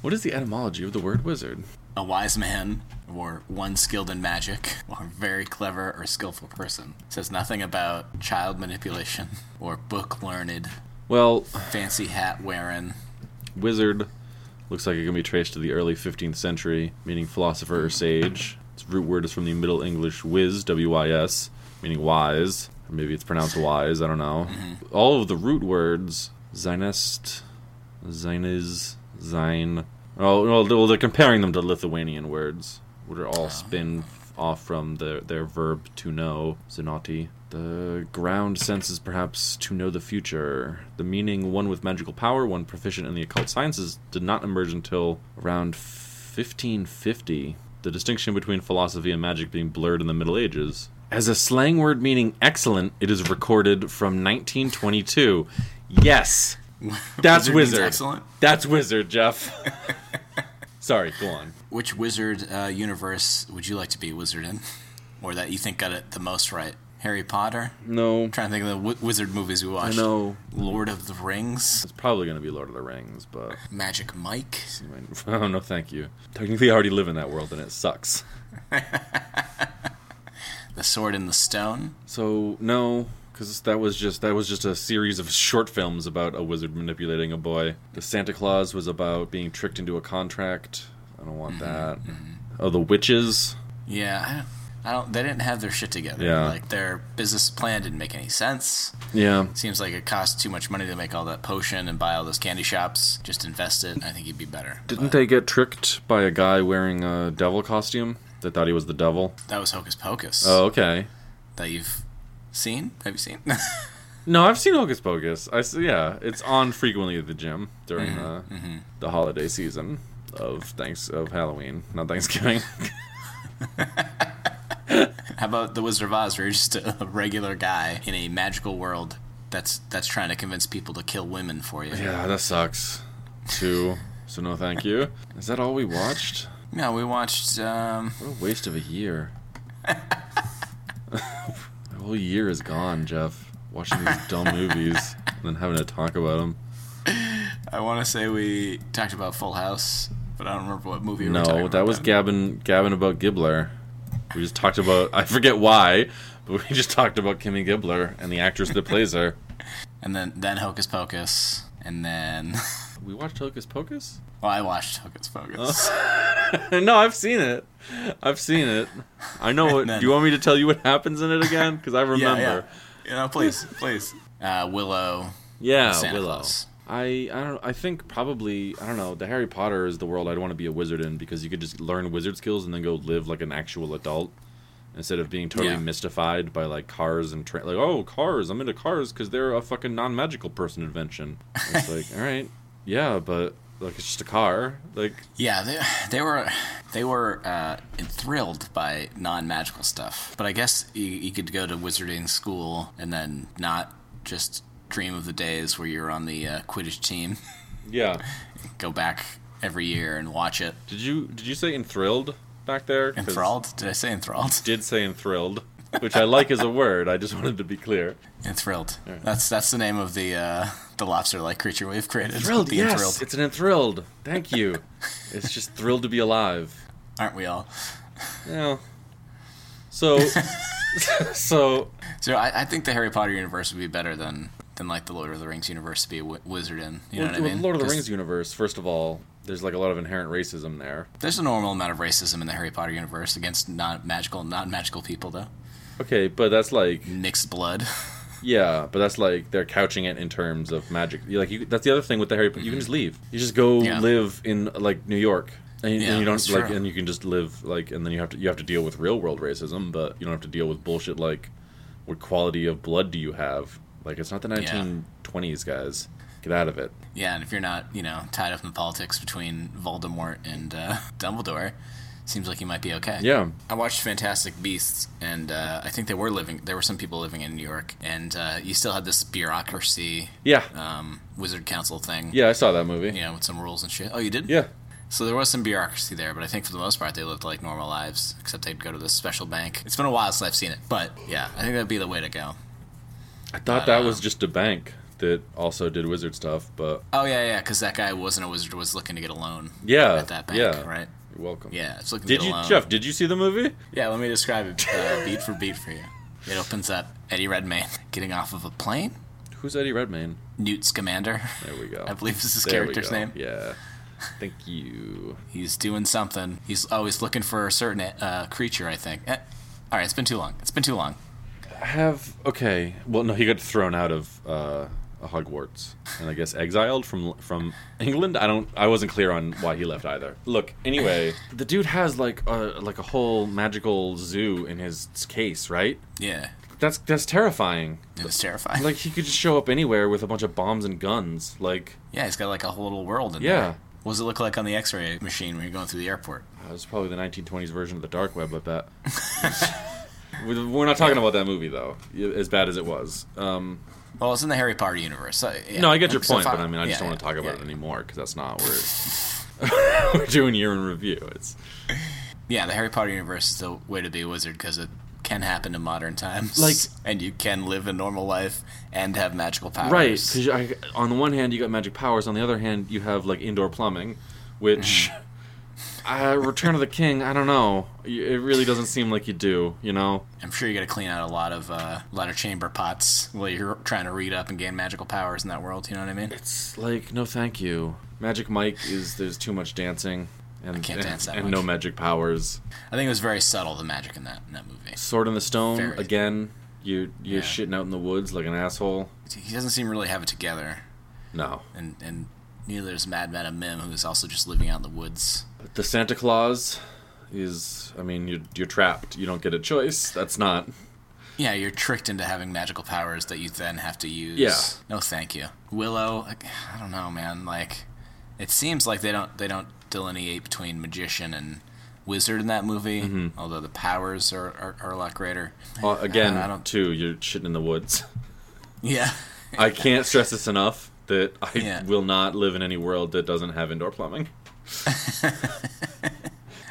What is the etymology of the word wizard?
a wise man or one skilled in magic or very clever or skillful person. It says nothing about child manipulation or book learned,
Well,
fancy hat wearing.
wizard Looks like it can be traced to the early 15th century, meaning philosopher or sage. Its root word is from the Middle English "wis," W-Y-S, meaning wise. Or maybe it's pronounced wise. I don't know. All of the root words, Zynest, Zyniz, Zine. Oh, well, they're- well, they're comparing them to Lithuanian words, which are all spin off from the, their verb to know, zenoti. The ground sense is perhaps to know the future. The meaning one with magical power, one proficient in the occult sciences, did not emerge until around 1550. The distinction between philosophy and magic being blurred in the Middle Ages. As a slang word meaning excellent, it is recorded from 1922. Yes, that's
Wizard means
wizard.
excellent?
That's wizard, Jeff. Sorry, go on.
Which wizard uh, universe would you like to be a wizard in, or that you think got it the most right? Harry Potter. I'm
No,
trying to think of the w- wizard movies we watched.
know.
Lord of the Rings,
it's probably gonna be Lord of the Rings, but
Magic Mike.
oh no, thank you. Technically, I already live in that world, and it sucks.
The Sword in the Stone.
So no, because that was just that was just a series of short films about a wizard manipulating a boy. The Santa Claus was about being tricked into a contract. I don't
Mm-hmm,
want that. Oh, the witches.
Yeah, I don't, I don't. They didn't have their shit together.
Yeah.
Like their business plan didn't make any sense.
Yeah,
Seems like it costs too much money to make all that potion and buy all those candy shops. Just invest it. I think you'd be better.
didn't they get tricked by a guy wearing a devil costume? They thought he was the devil.
That was Hocus Pocus.
Oh, okay.
That you've seen? Have you seen?
No, I've seen Hocus Pocus. I s- yeah, it's on frequently at the gym during the the holiday season of thanks of Halloween, not Thanksgiving.
How about the Wizard of Oz, where you're just a regular guy in a magical world that's that's trying to convince people to kill women for you?
yeah, that sucks. Too. So no, thank you. Is that all we watched?
No, we watched. Um,
What a waste of a year. the whole year is gone, Jeff. Watching these dumb movies and then having to talk about them.
I want to say we talked about Full House, but I don't remember what movie. we were talking
No, that
about
was
then.
Gavin. Gavin about Gibbler. We just talked about. I forget why, but we just talked about Kimmy Gibbler and the actress that plays her.
And then then Hocus Pocus, and then
We watched Hocus Pocus.
well, I watched Hocus Pocus.
no, I've seen it. I've seen it. I know it.
No,
Do you
no.
want me to tell you what happens in it again? Because I
yeah,
remember.
yeah. You know, please, please. Uh, Willow.
Yeah,
Santa
Willow.
Claus.
I I don't I think probably I don't know the Harry Potter is the world I'd want to be a wizard in because you could just learn wizard skills and then go live like an actual adult instead of being totally
Yeah.
mystified by like cars and tra- like oh cars I'm into cars because they're a fucking non magical person invention. It's like all right yeah but like it's just a car like
Yeah, they, they were they were uh, enthrilled by non magical stuff. But I guess you, you could go to wizarding school and then not just dream of the days where you're on the uh, Quidditch team.
yeah
go back every year and watch it.
did you did you say enthralled back there 'Cause
Enthralled? Did I say enthralled?
did say enthralled which I like as a word I just wanted to be clear
Enthralled. That's that's the name of the uh, the lobster like creature we've created.
Thrilled,
the
yes, it's an enthrilled. Thank you. it's just thrilled to be alive.
aren't we all?
Yeah. So, so
So I, I think the Harry Potter universe would be better than than like the Lord of the Rings universe to be a wi- wizard in. You know
with,
what I mean?
Lord of the
'Cause
Rings universe. First of all, there's like a lot of inherent racism there.
There's a normal amount of racism in the Harry Potter universe against non magical, non magical people, though.
Okay, but that's like
Mixed blood.
yeah, but that's like they're couching it in terms of magic. You- Like you, that's the other thing with the Harry. You can just leave. You just go
Mm-hmm. Yeah.
live in like New York. And,
Yeah,
and you don't
that's
like,
true.
and you can just live like, and then you have to you have to deal with real world racism, but you don't have to deal with bullshit like, what quality of blood do you have? Like, it's not the 1920s, guys. Get out of it.
Yeah, and if you're not, you know, tied up in politics between Voldemort and uh, Dumbledore, seems like you might be okay.
Yeah,
I watched Fantastic Beasts, and uh, I think they were living. There were some people living in New York, and uh, you still had this bureaucracy,
yeah,
um, wizard council thing.
yeah. I saw that movie.
You know, with some rules and shit. Oh, you did?
yeah.
So there was some bureaucracy there, but I think for the most part they lived like normal lives, except they'd go to this special bank. It's been a while since I've seen it, but yeah, I think that'd be the way to go.
I thought
uh,
that was just a bank that also did wizard stuff, but
Oh yeah, yeah, because that guy wasn't a wizard; was looking to get a loan.
yeah,
at that bank,
yeah.
right?
You're welcome.
Yeah, it's looking. to
Did
get a
you,
loan.
Jeff? Did you see the movie?
Yeah, let me describe it uh, beat for beat for you. It opens up Eddie Redmayne getting off of a plane.
Who's Eddie Redmayne?
Newt Scamander,
There we go.
I believe is his
There we
character's
go.
name.
Yeah. Thank you.
He's doing something. He's always looking for a certain uh, creature, I think. Eh, All right, it's been too long. It's been too long.
I have okay. Well, no, he got thrown out of uh, Hogwarts and I guess exiled from from England. I don't. I wasn't clear on why he left either. Look, anyway, the dude has like a like a whole magical zoo in his case, right?
Yeah,
That's that's terrifying.
it was terrifying.
Like he could just show up anywhere with a bunch of bombs and guns. Like
yeah, he's got like a whole little world in
Yeah.
there. What does it look like on the X-ray machine when you're going through the airport?
uh, it's probably the 1920s version of the dark web. I bet. We- We're not talking about that movie though, as bad as it was. Um,
Well, it's in the Harry Potter universe. So, yeah.
No, I get your
So
point,
far-
but I mean, I just
yeah,
don't want to
yeah,
talk about
yeah.
it anymore because that's not what we're, we're doing year in review. It's
Yeah, the Harry Potter universe is the way to be a wizard because it can happen in modern times.
Like-
and you can live a normal life and have magical powers.
right because on the one hand you got magic powers, on the other hand you have like indoor plumbing, which uh, Return of the King. I don't know. Y- It really doesn't seem like you do. You know,
I'm sure you got to clean out a lot of uh, a lot of chamber pots while you're trying to read up and gain magical powers in that world. You know what I mean?
it's like no, thank you. Magic Mike is there's too much dancing. And,
can't
and-
dance that
and
much.
no magic powers.
I think it was very subtle the magic in that in that movie.
Sword in the Stone
Very.
again. You you're
Yeah.
shitting out in the woods like an asshole.
He doesn't seem to really have it together,
No,
and and neither is Mad Madam Mim, who's also just living out in the woods.
The Santa Claus is, I mean, you're, you're trapped. You don't get a choice. That's not.
Yeah, you're tricked into having magical powers that you then have to use.
Yeah.
No, thank you. Willow, like, I don't know, man. Like, it seems like they don't they don't delineate between magician and wizard in that movie.
Mm-hmm.
Although the powers are, are, are a lot greater.
Uh, again,
I don't-
too, you're shitting in the woods.
Yeah.
I can't stress this enough that I
Yeah.
will not live in any world that doesn't have indoor plumbing.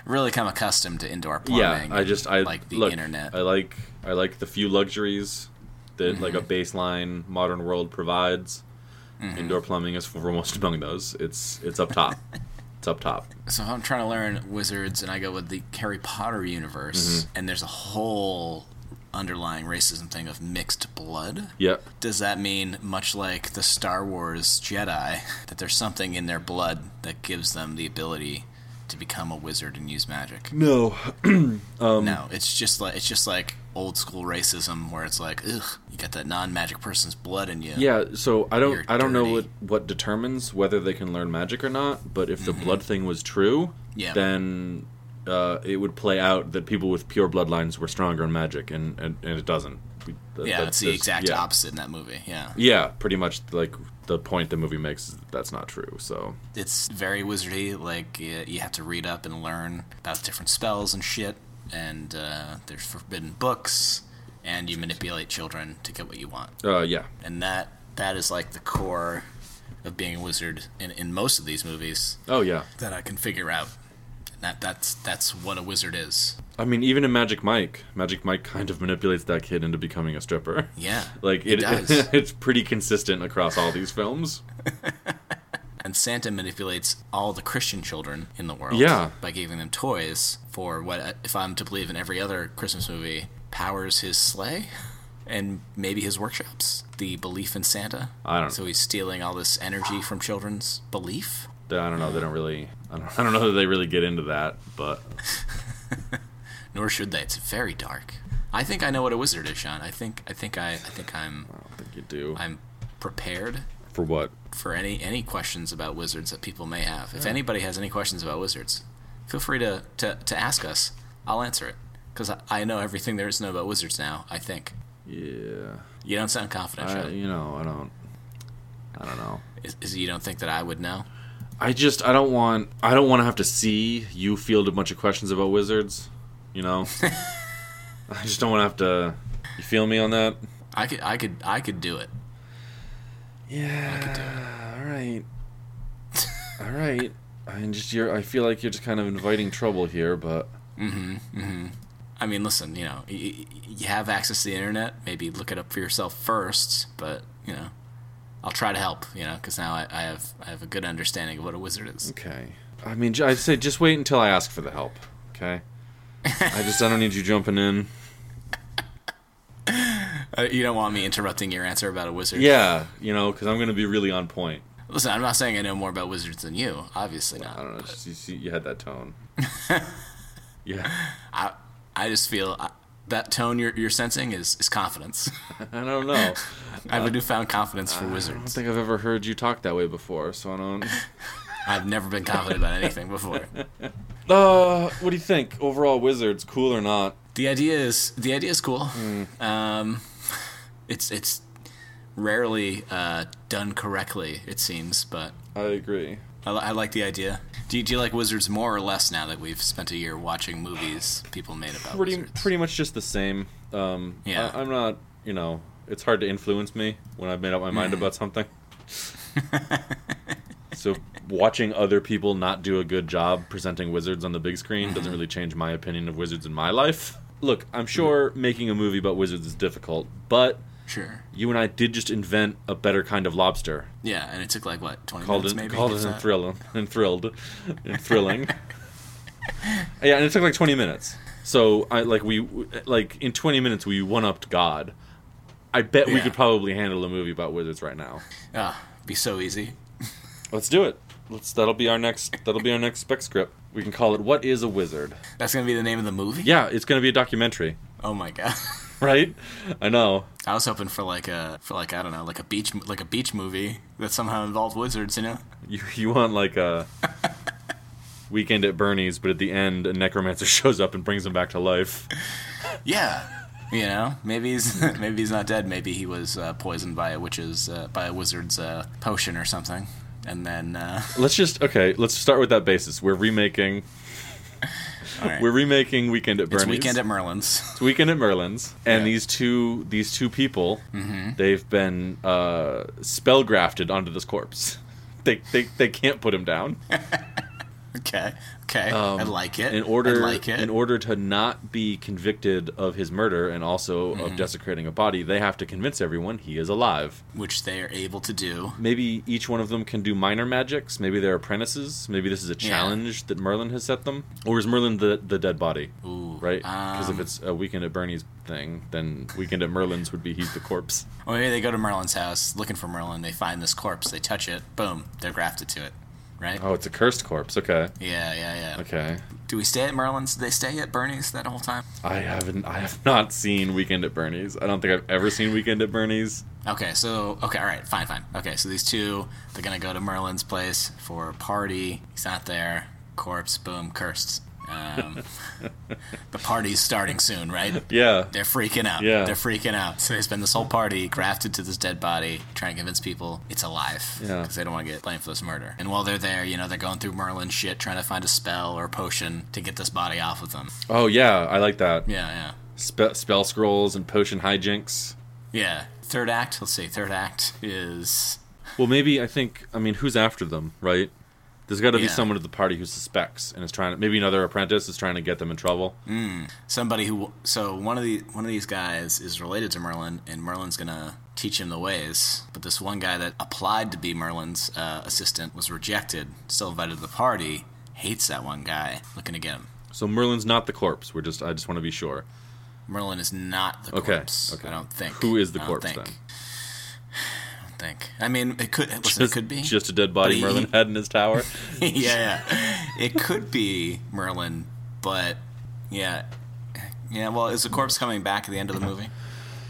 Really come accustomed to indoor plumbing.
yeah, I just I
and, like the
look, uh,
internet.
I like I like the few luxuries that like
Mm-hmm.
a baseline modern world provides. Indoor plumbing is foremost among those. It's it's up top. it's up top.
so if I'm trying to learn wizards and I go with the Harry Potter universe,
Mm-hmm.
and there's a whole underlying racism thing of mixed blood.
Yep.
Does that mean, much like the Star Wars Jedi, that there's something in their blood that gives them the ability to become a wizard and use magic?
No, Um,
no, it's just like it's just like old school racism, where it's like, ugh, you got that non-magic person's blood in you.
Yeah, so I don't
You're
I don't know
dirty.
what what determines whether they can learn magic or not, but if the blood thing was true,
Mm-hmm. Yeah.
then uh, it would play out that people with pure bloodlines were stronger in magic, and and, and it doesn't. We- that-
yeah,
that-
it's the
that's-
exact
yeah.
opposite in that movie. Yeah,
Yeah, pretty much like the point the movie makes is that that's not true. So
it's very wizardy. Like y- you have to read up and learn about different spells and shit, and uh, there's forbidden books, and you manipulate children to get what you want.
uh, yeah,
and that that is like the core of being a wizard in, in most of these movies
oh yeah.
that I can figure out. And that that's that's what a wizard is.
I mean, even in Magic Mike, Magic Mike kind of manipulates that kid into becoming a stripper.
Yeah,
Like
He
it,
does.
it's pretty consistent across all these films.
and Santa manipulates all the Christian children in the world.
Yeah.
by giving them toys for what, uh, if I'm to believe in every other Christmas movie, powers his sleigh. And maybe his workshops. The belief in Santa.
I don't-
So he's stealing all this energy from children's belief.
They- I don't know. They don't really. I don't, I don't know that they really get into that, but
nor should they. It's very dark. I think I know what a wizard is, Sean. I think I think I I think I'm
I don't think you do.
I'm prepared
For what?
for any any questions about wizards that people may have. If anybody has any questions about wizards, feel free to to, to ask us. I'll answer it because I, I know everything there is to know about wizards now. I think
Yeah.
you don't sound confident,
I,
Sean.
you know, I don't. I don't know.
Is, is you don't think that I would know?
I just I don't want I don't want to have to see you field a bunch of questions about wizards. You know. I just don't want to have to. You feel me on that?
I could I could I could do it.
Yeah.
could do
All right. all right. I just you're. I feel like you're just kind of inviting trouble here, but
I mean, listen, you know, y- y- you have access to the internet. Maybe look it up for yourself first, but you know, I'll try to help. You know, because now I, I have I have a good understanding of what a wizard is.
Okay. I mean, j- I'd say just wait until I ask for the help. Okay. I just I don't need you jumping in.
Uh, you don't want me interrupting your answer about a wizard.
Yeah, you know, because I'm gonna be really on point.
Listen, I'm not saying I know more about wizards than you. Obviously not.
I don't know. Just, you, see- you had that tone. yeah,
I, I just feel I, that tone you're, you're sensing is, is confidence.
I don't know.
I have a newfound confidence for
Uh, I don't
wizards.
think I've ever heard you talk that way before, so I don't.
I've never been confident about anything before.
Uh, what do you think? Overall, Wizards, cool or not?
The idea is the idea is cool.
Mm.
Um, it's it's rarely uh, done correctly, it seems, but
I agree.
I, li- I like the idea. Do you, do you like wizards more or less now that we've spent a year watching movies people made about
Pretty,
wizards?
pretty much just the same. Um,
Yeah.
I, I'm not. You know, it's hard to influence me when I've made up my mind about something. so watching other people not do a good job presenting wizards on the big screen doesn't really change my opinion of wizards in my life. Look, I'm sure making a movie about wizards is difficult, but
sure.
you and I did just invent a better kind of lobster.
Yeah, and it took like what twenty
called
minutes
it
maybe.
called
Is
it
that-
thrill and thrilled and thrilling. yeah, and it took like 20 minutes. So I like we like in 20 minutes we one upped God. I bet we
Yeah.
could probably handle a movie about wizards right now.
Ah, be so easy.
Let's do it. Let's that'll be our next that'll be our next spec script. We can call it "What Is a Wizard."
That's gonna be the name of the movie.
Yeah, it's going to be a documentary,
Oh my god.
right? I know.
I was hoping for like a for like I don't know like a beach like a beach movie that somehow involved wizards. You know.
You you want like a weekend at Bernie's, but at the end a necromancer shows up and brings him back to life.
Yeah. You know, maybe he's maybe he's not dead. Maybe he was uh, poisoned by a witch's uh, by a wizard's uh, potion or something, and then uh,
Let's just okay. Let's start with that basis. We're remaking.
all right.
We're remaking Weekend at Bernie's.
it's weekend at Merlin's.
It's Weekend at Merlin's, and
Yeah. Mm-hmm.
these two these two people, they've been uh, spell grafted onto this corpse. They, they, they can't put him down.
Okay, okay, I like it.
Um, In order
I like it.
in order to not be convicted of his murder and also
Mm-hmm.
of desecrating a body, they have to convince everyone he is alive.
which they are able to do.
Maybe each one of them can do minor magics. Maybe they're apprentices. Maybe this is a challenge that Merlin has set them. Or is Merlin the, the dead body?
Ooh,
Right? Because
um,
if it's a Weekend at Bernie's thing, then Weekend at Merlin's would be he's the corpse.
Or maybe oh, they go to Merlin's house looking for Merlin. They find this corpse. They touch it. Boom. They're grafted to it. Right?
Oh, it's a cursed corpse. Okay.
Yeah, yeah, yeah.
Okay.
Do we stay at Merlin's? Do they stay at Bernie's that whole time?
I haven't. I have not seen Weekend at Bernie's. I don't think I've ever seen Weekend at Bernie's.
Okay, so okay, all right, fine, fine. Okay, so these two, they're gonna go to Merlin's place for a party. He's not there. Corpse, boom, cursed. Um, the party's starting soon, right?
Yeah.
They're freaking out.
Yeah.
They're freaking out. So they spend this whole party grafted to this dead body, trying to convince people it's alive.
Yeah.
Because they don't want to get blamed for this murder. And while they're there, you know, they're going through Merlin shit, trying to find a spell or potion to get this body off of them.
Oh yeah, I like that.
Yeah, yeah.
Spe- spell scrolls and potion hijinks.
Yeah. Third act, let's see, third act is
Well, maybe I think. I mean, who's after them, right? There's got to be
Yeah.
someone at the party who suspects and is trying to. Maybe another apprentice is trying to get them in trouble.
Mm. somebody who so one of the one of these guys is related to Merlin and Merlin's gonna teach him the ways but this one guy that applied to be Merlin's uh, assistant was rejected still invited to the party hates that one guy looking to get him
So Merlin's not the corpse. We're just. I just want to be sure.
Merlin is not the
Okay,
corpse
okay.
I don't think
Who is the
I don't
corpse
think.
then?
I don't think I mean it could listen,
Just,
it could be
just a dead body
But he-
Merlin had in his tower.
yeah, yeah it could be Merlin but yeah yeah well is the corpse coming back at the end of the movie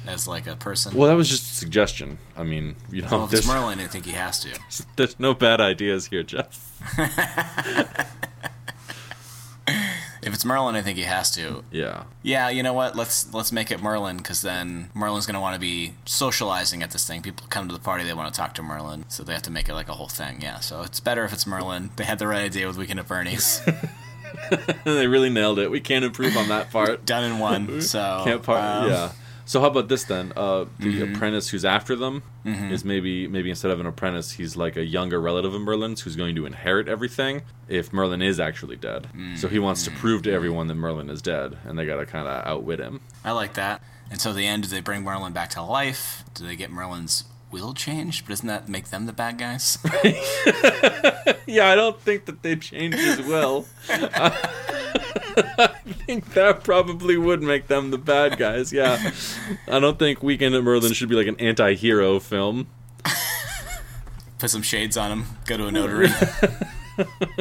as like a person
Well, that was just a suggestion. I mean, you know,
well, if it's
there's,
Merlin, I think he has to.
there's no bad ideas here, Jeff.
If it's Merlin, I think he has to.
Yeah.
Yeah, you know what? Let's let's make it Merlin because then Merlin's gonna want to be socializing at this thing. People come to the party, they want to talk to Merlin, so they have to make it like a whole thing. Yeah, so it's better if it's Merlin. They had the right idea with Weekend at Bernie's.
they really nailed it. We can't improve on that part.
Done in one. So
can't part.
um,
yeah. So how about this then? Uh, the apprentice who's after them is maybe maybe instead of an apprentice, he's like a younger relative of Merlin's who's going to inherit everything if Merlin is actually dead. So he wants to prove to everyone that Merlin is dead, and they got to kind of outwit him.
I like that. And so at the end, do they bring Merlin back to life? Do they get Merlin's will changed? But doesn't that make them the bad guys?
Yeah, I don't think that they changed his will. I think that probably would make them the bad guys. Yeah, I don't think Weekend at Merlin should be like an anti-hero film.
put some shades on him, go to a notary.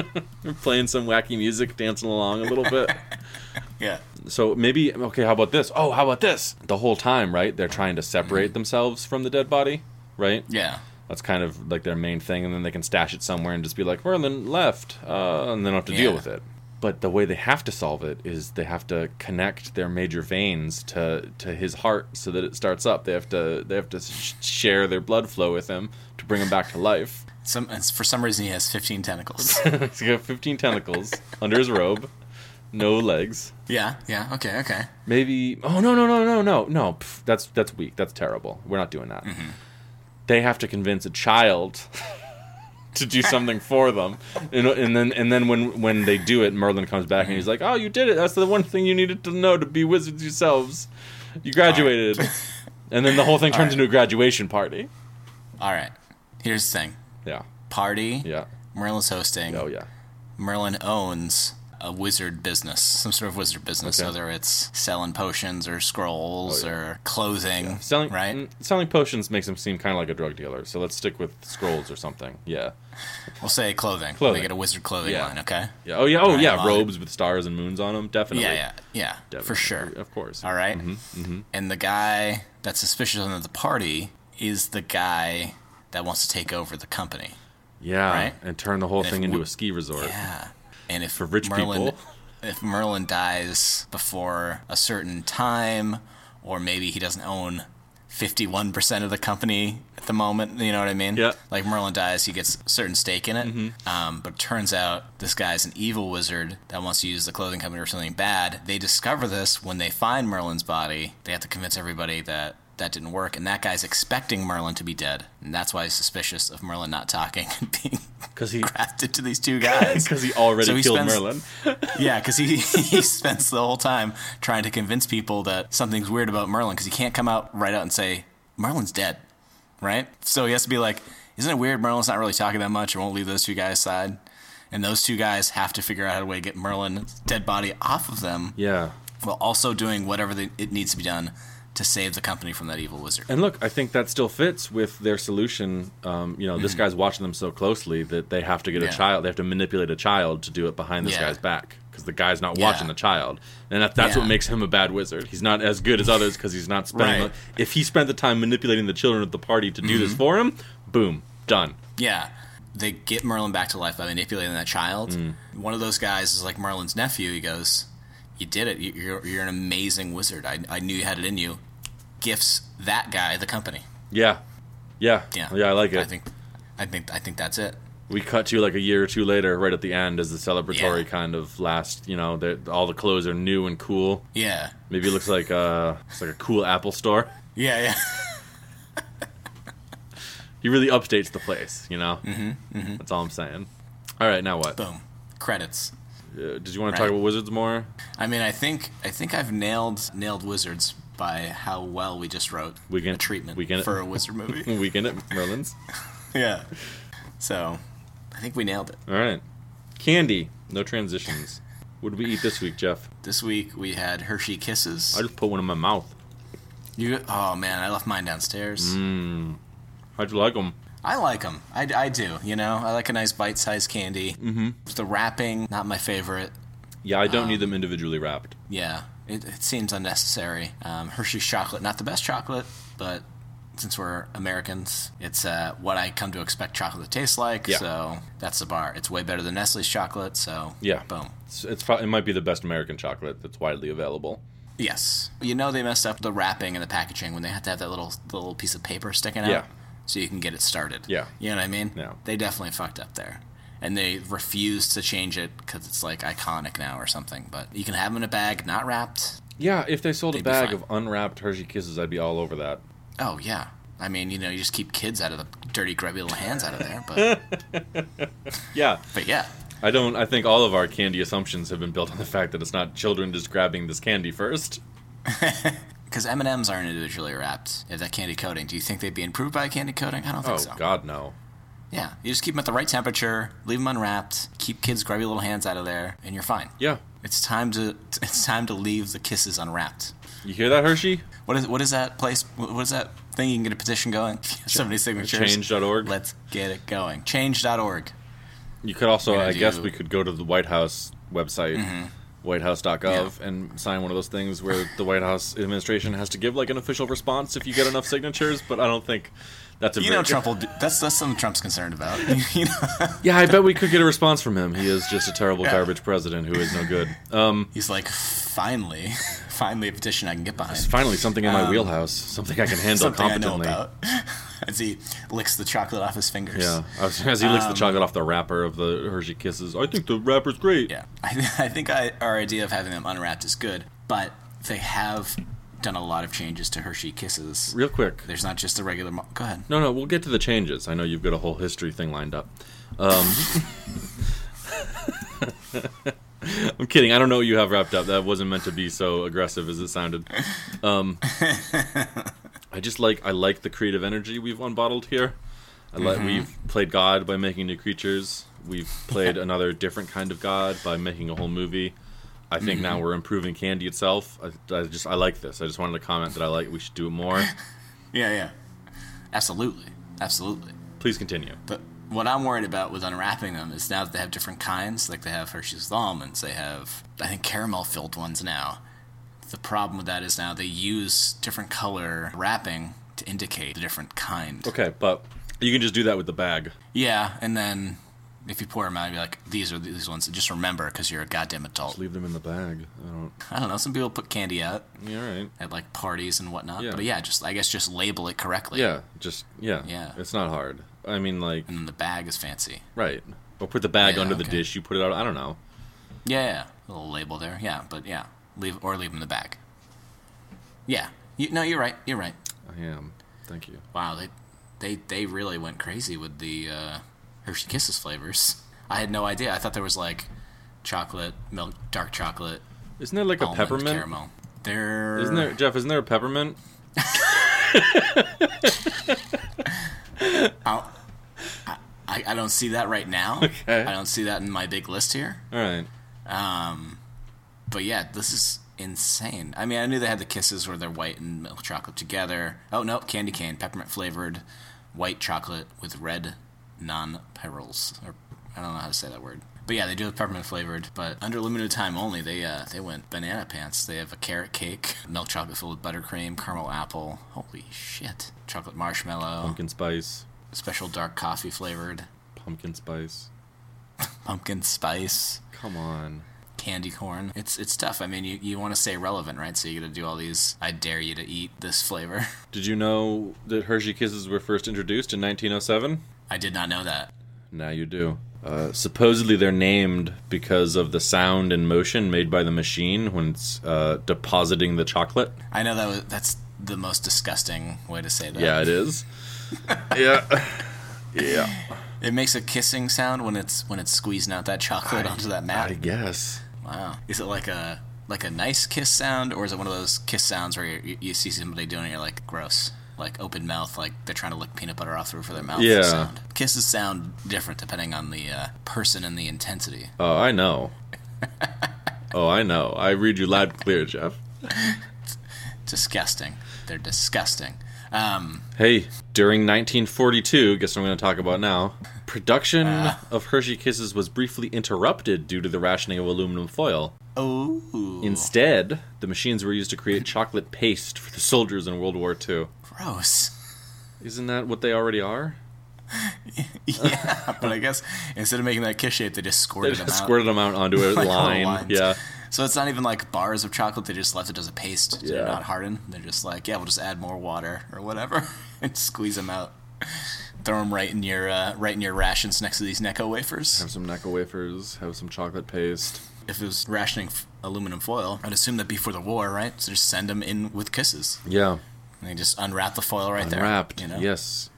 We're playing some wacky music, dancing along a little bit.
yeah.
So maybe okay, how about this? Oh, how about this? The whole time, right? They're trying to separate themselves from the dead body, right?
Yeah.
That's kind of like their main thing, and then they can stash it somewhere and just be like, Merlin left, uh, and then have to deal
Yeah.
with it. But the way they have to solve it is they have to connect their major veins to to his heart so that it starts up. They have to they have to sh- share their blood flow with him to bring him back to life.
Some and for some reason he has 15 tentacles.
He's got 15 tentacles under his robe, no legs.
yeah. Yeah. Okay. Okay.
Maybe. Oh no no no no no no. Pff, that's that's weak. That's terrible. We're not doing that.
Mm-hmm.
They have to convince a child to do something for them, and, and then and then when when they do it, Merlin comes back and he's like, "Oh, you did it. That's the one thing you needed to know to be wizards yourselves. You graduated." and then the whole thing turns
right.
into a graduation party.
All right. Here's the thing.
Yeah.
Party.
Yeah.
Merlin's hosting.
Oh yeah.
Merlin owns a wizard business, some sort of wizard business,
Okay.
whether it's selling potions or scrolls
Oh, yeah.
or clothing,
Selling
right?
mm, selling potions makes him seem kind of like a drug dealer. So let's stick with scrolls or something. Yeah.
We'll say clothing.
Clothing.
They get a wizard clothing
Yeah.
line, okay?
Yeah. Oh yeah. Oh
Right,
yeah.
on.
Robes with stars and moons on them. Definitely.
Yeah, yeah, yeah, for
Definitely. Mm-hmm,
sure.
Of course.
All right? And the guy that's suspicious of the party is the guy that wants to take over the company.
Yeah.
Right?
And turn the whole
if
thing
we-
into a ski resort.
Yeah. And if
For rich
Merlin,
people.
if Merlin dies before a certain time, or maybe he doesn't own fifty-one percent of the company at the moment, you know what I mean?
Yeah. Mm-hmm.
Like Merlin dies, he gets a certain stake in it. Um, but it turns out this guy's an evil wizard that wants to use the clothing company for something bad. They discover this when they find Merlin's body. They have to convince everybody that. That didn't work, and that guy's expecting Merlin to be dead, and that's why he's suspicious of Merlin not talking and being
Because he
crafted to these two guys.
because he already
So he
killed
spends-
Merlin.
yeah, because he, he spends the whole time trying to convince people that something's weird about Merlin because he can't come out right out and say, Merlin's dead, right? So he has to be like, isn't it weird Merlin's not really talking that much and won't leave those two guys aside? And those two guys have to figure out a way to get Merlin's dead body off of them
Yeah.
while also doing whatever they, it needs to be done to save the company from that evil wizard.
And look, I think that still fits with their solution. Um, you know, this guy's watching them so closely that they have to get
Mm-hmm. Yeah.
a child. They have to manipulate a child to do it behind this
Yeah.
guy's back because the guy's not
Yeah.
watching the child, and that, that's
Yeah.
what makes him a bad wizard. He's not as good as others because he's not spending.
Right. Mm-hmm.
the- if he spent the time manipulating the children at the party to do this for him, boom, done.
Yeah. They get Merlin back to life by manipulating that child.
Mm.
One of those guys is like Merlin's nephew. He goes, You did it. You- You're, you're an amazing wizard. I, I knew you had it in you. Gifts that guy the company.
Yeah, yeah,
Yeah.
yeah. I like it.
I think, I think, I think that's it.
we cut to like a year or two later, right at the end, as the celebratory
Yeah.
kind of last. You know, they're- all the clothes are new and cool.
Yeah.
Maybe it looks like uh, it's like a cool Apple store.
Yeah. Yeah.
He really updates the place. You know, mm-hmm, that's all I'm saying. All right, now what? Uh,
Boom. Credits.
did you want to
Right.
talk about wizards more?
I mean, I think, I think I've nailed, nailed wizards by how well we just wrote
We can-
a treatment
we can-
for a wizard movie.
Weekend at Merlin's.
yeah. So I think we nailed it.
All right, candy. No transitions. What did we eat this week, Jeff?
This week we had Hershey Kisses.
I just put one in my mouth.
You oh man, I left mine downstairs.
Mm. How'd you like them?
I like them. I, I do. You know, I like a nice bite-sized candy. Mm-hmm. The wrapping, not my favorite.
Yeah, I
Um,
don't need them individually wrapped.
Yeah, it, it seems unnecessary. Um, Hershey's chocolate, not the best chocolate, but since we're Americans, it's uh, what I come to expect chocolate to taste like.
Yeah.
So that's the bar. It's way better than Nestle's chocolate. So
Yeah,
boom.
It's, it's pro- it might be the best American chocolate that's widely available.
Yes. You know they messed up the wrapping and the packaging when they had to have that little little piece of paper sticking out.
Yeah.
So you can get it started.
Yeah.
You know what I mean?
Yeah.
They definitely fucked up there. And they refused to change it because it's like iconic now or something. But you can have them in a bag, not wrapped.
Yeah, if they sold a
They'd be
bag
fine.
of unwrapped Hershey Kisses, I'd be all over that.
Oh, yeah. I mean, you know, you just keep kids out of the dirty, grubby little hands out of there. But,
Yeah,
but yeah.
I don't. I think all of our candy assumptions have been built on the fact that it's not children just grabbing this candy first.
Because M&Ms aren't individually wrapped. If that candy coating, do you think they'd be improved by candy coating? I don't think
Oh
so.
God, no.
Yeah. You just keep them at the right temperature, leave them unwrapped, keep kids' grubby little hands out of there, and you're fine.
Yeah,
It's time to it's time to leave the kisses unwrapped.
you hear that, Hershey?
What is what is that place? What is that thing you can get a petition going? Somebody's signatures.
Change.org.
Let's get it going. Change.org.
You could also,
We're
I
gonna
guess,
do- Mm-hmm.
we could go to the White House website, whitehouse.gov, and sign one of those things where the White House administration has to give like an official response if you get enough signatures. But I don't think that's a
You
very-
know Trump will. Do, that's that's something Trump's concerned about. you know,
Yeah, I bet we could get a response from him. He is just a terrible garbage president who is no good. Um,
he's like, finally, finally a petition I can get behind.
finally, something in my wheelhouse, something I can handle
Um, Something I know
competently.
about. As he licks the chocolate off his fingers.
Yeah, as as he licks
Um,
the chocolate off the wrapper of the Hershey Kisses, I think the wrapper's great.
Yeah, I, I think I, our idea of having them unwrapped is good, but they have done a lot of changes to Hershey Kisses.
Real quick,
There's not just the regular. Mo- Go ahead.
No, no, we'll get to the changes. I know you've got a whole history thing lined up. Um, I'm kidding. I don't know what you have wrapped up. That wasn't meant to be so aggressive as it sounded. Um, I just like I like the creative energy we've unbottled here. I like we've played God by making new creatures. We've played another different kind of God by making a whole movie. I think now we're improving candy itself. I, I just I like this. I just wanted to comment that I like we should do it more.
Yeah, yeah. Absolutely, absolutely.
Please continue.
But what I'm worried about with unwrapping them is now that they have different kinds, like they have Hershey's with almonds, they have I think caramel filled ones now. The problem with that is now they use different color wrapping to indicate the different kind.
Okay, but you can just do that with the bag.
Yeah, and then if you pour them out, you'd be like, these are these ones. Just remember, because you're a goddamn adult.
Leave them in the bag. I don't.
I don't know. Some people put candy out
Yeah, all right.
at like parties and whatnot.
Yeah.
But yeah, just I guess just label it correctly.
Yeah, just yeah.
Yeah.
It's not hard. I mean, like
And then the bag is fancy.
right. Or put the bag
Yeah,
under the
okay.
dish. You put it out. I don't know.
Yeah, yeah. A little label there. Yeah, but yeah, leave or leave them in the bag. Yeah. You, no, you're right. You're right.
I am. Thank you.
Wow, they they they really went crazy with the uh, Hershey Kisses flavors. I had no idea. I thought there was like chocolate, milk, dark chocolate,
Isn't there like a
almond,
peppermint?
caramel. There
Isn't there Jeff? Isn't there a peppermint?
I'll- I, I don't see that right now.
Okay.
I don't see that in my big list here.
All right.
Oh. But yeah, this is insane. I mean, I knew they had the kisses where they're white and milk chocolate together. Oh no, candy cane, peppermint flavored, white chocolate with red non-perils. Or I don't know how to say that word. But yeah, they do have peppermint flavored, but under limited time only. They uh, they went banana pants. They have a carrot cake, milk chocolate filled with buttercream, caramel apple. Holy shit! Chocolate marshmallow,
Pumpkin spice.
special dark coffee flavored,
Pumpkin spice.
pumpkin spice.
Come on.
candy corn. It's it's tough. I mean, you, you want to stay relevant, right? So you got to do all these. I dare you to eat this flavor.
Did you know that Hershey Kisses were first introduced in 1907?
I did not know that.
Now you do. Uh, supposedly, they're named because of the sound and motion made by the machine when it's uh, depositing the chocolate.
I know that was that's the most disgusting way to say that.
Yeah, it is. yeah, yeah.
It makes a kissing sound when it's when it's squeezing out that chocolate onto that mat.
I guess.
wow. Is it like a like a nice kiss sound, or is it one of those kiss sounds where you, you see somebody doing it, you're like gross, like open mouth, like they're trying to lick peanut butter off the roof of their mouth?
Yeah.
Sound. Kisses sound different depending on the uh, person and the intensity.
Oh, I know. oh, I know. I read you loud, and clear, Jeff.
Disgusting. They're disgusting. Um,
Hey, during 1942, guess what I'm going to talk about now? Production of Hershey Kisses was briefly interrupted due to the rationing of aluminum foil.
Oh,
Instead, the machines were used to create chocolate paste for the soldiers in World War II.
gross.
Isn't that what they already are?
yeah, but I guess instead of making that kiss shape, they just
They
squirted them
just
out.
squirted them out onto a
Like on
line.
lines.
Yeah.
So it's not even like bars of chocolate. They just left it as a paste. so They're
Yeah.
not hardened. They're just like, yeah, we'll just add more water or whatever and squeeze them out. Throw them right in your uh, right in your rations next to these Necco wafers.
Have some Necco wafers, have some chocolate paste.
If it was rationing f- aluminum foil, I'd assume that before the war, right? So just send them in with kisses.
Yeah.
And they just unwrap the foil right there.
Wrapped.
You know?
Yes.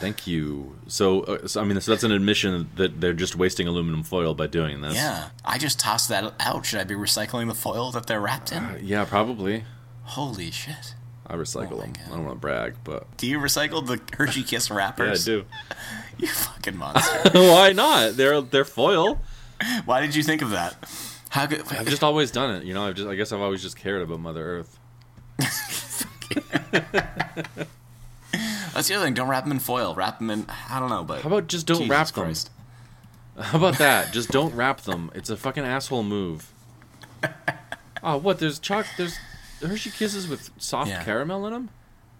Thank you. So, uh, so, I mean, so that's an admission that they're just wasting aluminum foil by doing this.
Yeah. I just tossed that out. Should I be recycling the foil that they're wrapped in?
Yeah, probably.
Holy shit.
I recycle
Oh my
them.
God.
I don't want to brag, but
Do you recycle the Hershey Kiss wrappers?
do.
You fucking monster.
Why not? They're they're foil.
Why did you think of that? How could
I've just always done it. You know, I've just I guess I've always just cared about Mother Earth.
That's the other thing. Don't wrap them in foil. Wrap them in. I don't know, but
How about just don't
Jesus
wrap them?
Christ.
How about that? Just don't wrap them. It's a fucking asshole move. Oh, what? There's choc. There's Hershey Kisses with soft
Yeah.
caramel in them.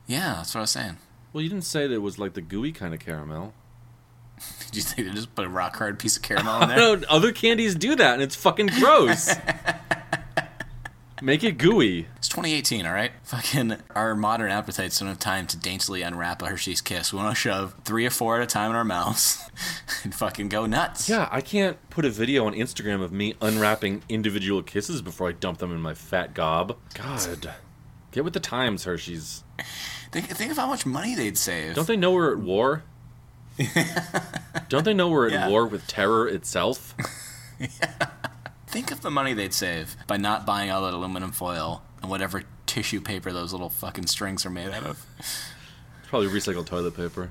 Yeah, that's what I was saying.
Well, you didn't say that it was like the gooey kind of caramel.
Did you think they just put a rock hard piece of caramel in there?
No, other candies do that, and it's fucking gross. Make it gooey.
It's 2018, all right? Fucking our modern appetites don't have time to daintily unwrap a Hershey's Kiss. We want to shove three or four at a time in our mouths and fucking go nuts.
Yeah, I can't put a video on Instagram of me unwrapping individual kisses before I dump them in my fat gob. God, get with the times, Hershey's.
Think, think of how much money they'd save.
Don't they know we're at war? Don't they know we're at
Yeah.
war with terror itself?
think of the money they'd save by not buying all that aluminum foil and whatever tissue paper those little fucking strings are made out of.
Probably recycled toilet paper.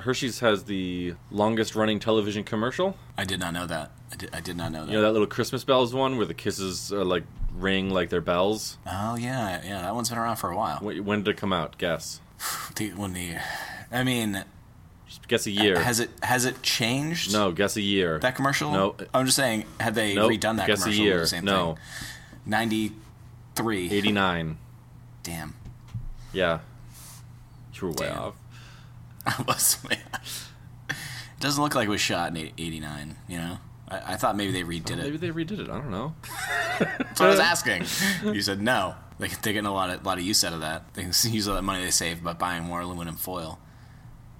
Hershey's has the longest running television commercial.
I did not know that. I did, I did not know that.
You know that little Christmas bells one where the kisses are like ring like their bells.
Oh, yeah. Yeah, that one's been around for a while.
Wh- When did it come out? Guess.
The- when the. I mean,
Just guess a year.
has it has it changed?
no, guess a year.
That commercial?
No.
I'm just saying, had they
Nope.
redone that
guess
commercial, it
a
would've
year.
been the same
no,
thing. 93.
eighty nine.
Damn.
Yeah, you were way
Damn.
off.
I was. It doesn't look like it was shot in eight- 89, you know? I, I thought maybe they redid
Maybe
it.
they redid it. I don't know.
That's what I was asking. you said no. Like, they're getting a lot of, lot of use out of that. They can use all that money they save by buying more aluminum foil.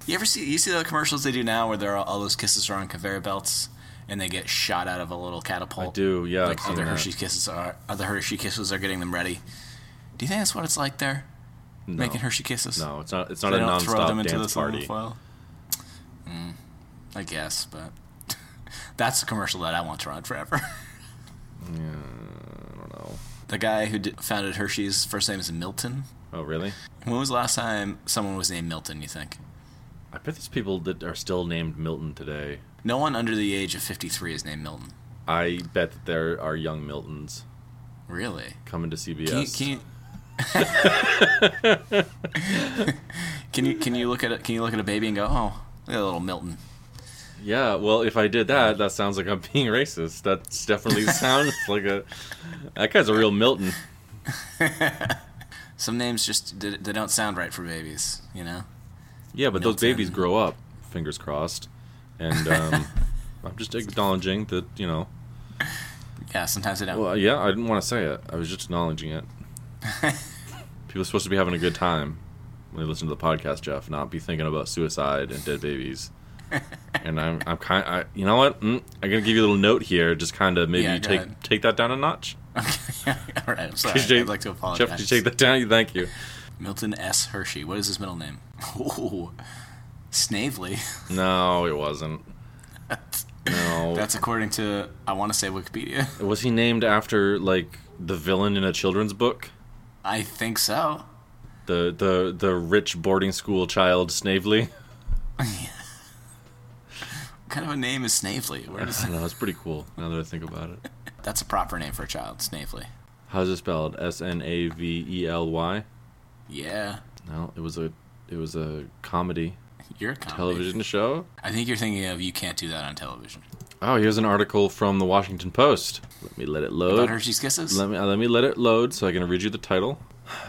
You ever see you see the commercials they do now where they're all, all those kisses are on conveyor belts and they get shot out of a little catapult?
I do. Yeah, I've
like
seen
other
that.
Hershey kisses are other Hershey kisses are getting them ready. Do you think that's what it's like there?
No.
Making Hershey kisses?
No, it's not. It's not
they
a
don't throw them
non-stop
into
dance
this little
party.
foil. Mm, I guess, but that's a commercial that I want to run forever.
I don't know.
the guy who did, founded Hershey's first name is Milton.
Oh really?
When was the last time someone was named Milton? You think?
I bet there's people that are still named Milton today.
No one under the age of fifty-three is named Milton.
I bet that there are young Miltons
Really?
coming to CBS.
Can you, can you can you can you look at it? Can you look at a baby and go, "Oh, look at a little Milton"?
Yeah, well, if I did that, that sounds like I'm being racist. That definitely sounds like a. That guy's a real Milton.
Some names just they they don't sound right for babies, you know.
Yeah, but those
Milton.
babies grow up, fingers crossed. And um, I'm just acknowledging that, you know.
Yeah, sometimes they don't.
Well, yeah, I didn't want to say it. I was just acknowledging it. People are supposed to be having a good time when they listen to the podcast, Jeff, not be thinking about suicide and dead babies. And I'm, I'm kind. I, you know what? Mm, I'm gonna give you a little note here, just kind of maybe
Yeah, go
take
ahead.
take that down a notch.
Okay. All right, I'm sorry.
Could you take-
I'd like to apologize.
Jeff, could you take that down? Thank you.
Milton S. Hershey. What is his middle name? Ooh, Snavely.
No, it wasn't. No.
That's according to I want to say Wikipedia.
Was he named after like the villain in a children's book?
I think so.
The the the rich boarding school child Snavely?
What kind of a name is Snavely? Where does,
I don't know, it's pretty cool now that I think about it.
that's a proper name for a child, Snavely.
How's it spelled? S N A V E L Y?
Yeah,
No, it was a it was a comedy
you're a comedy.
television show.
I think you're thinking of you can't do that on television.
Oh, here's an article from the Washington Post. Let me let it
About
load.
Hershey's Kisses?
Let me uh, let me let it load so I can read you the title.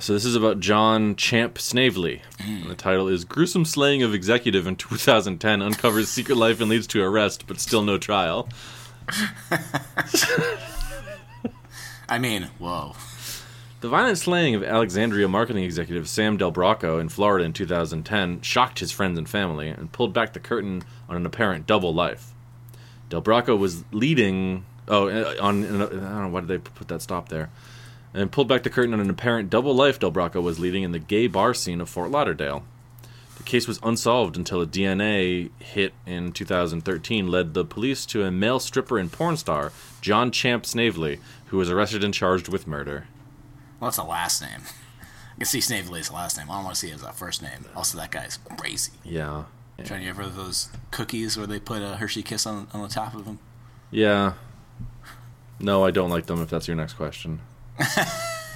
So this is about John Champ Snavely. And the title is "Gruesome Slaying of Executive in 2010 Uncovers Secret Life and Leads to Arrest, but Still No Trial."
I mean, whoa.
The violent slaying of Alexandria marketing executive Sam Del Bracco in Florida in 2010 shocked his friends and family and pulled back the curtain on an apparent double life. Del Bracco was leading. Oh, uh, on I don't know why did they put that stop there, and pulled back the curtain on an apparent double life Del Bracco was leading in the gay bar scene of Fort Lauderdale. The case was unsolved until a DNA hit in 2013 led the police to a male stripper and porn star, John Champ Snavely, who was arrested and charged with murder.
Well, that's a last name. I can see Snavely's last name. I don't want to see his uh, first name. Also, that guy's crazy.
Yeah.
Trying to get rid of those cookies where they put a Hershey kiss on, on the top of them.
Yeah. No, I don't like them if that's your next question.
It's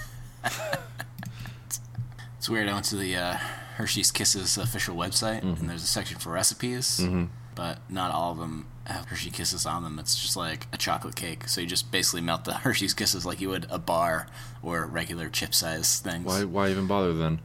weird. I went to the uh, Hershey's Kisses official website, and there's a section for recipes, but not all of them have Hershey Kisses on them. It's just like a chocolate cake. So you just basically melt the Hershey's Kisses like you would a bar or regular chip size things.
Why why even bother then?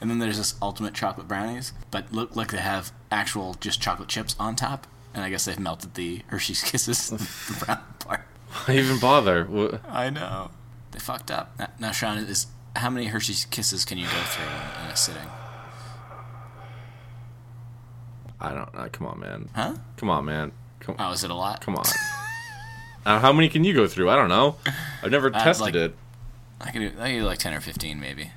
And then there's this ultimate chocolate brownies, but look like they have actual just chocolate chips on top. And I guess they've melted the Hershey's Kisses the brown part.
Why even bother? Wha-
I know. They fucked up. Now- Now, Sean, is how many Hershey's Kisses can you go through in, in a sitting?
I don't. Uh, come on, man.
Huh?
Come on, man. Come,
Oh, is it a lot?
come on. Uh, how many can you go through? I don't know. I've never tested
like-
it.
I can do, I can do like 10 or 15, maybe.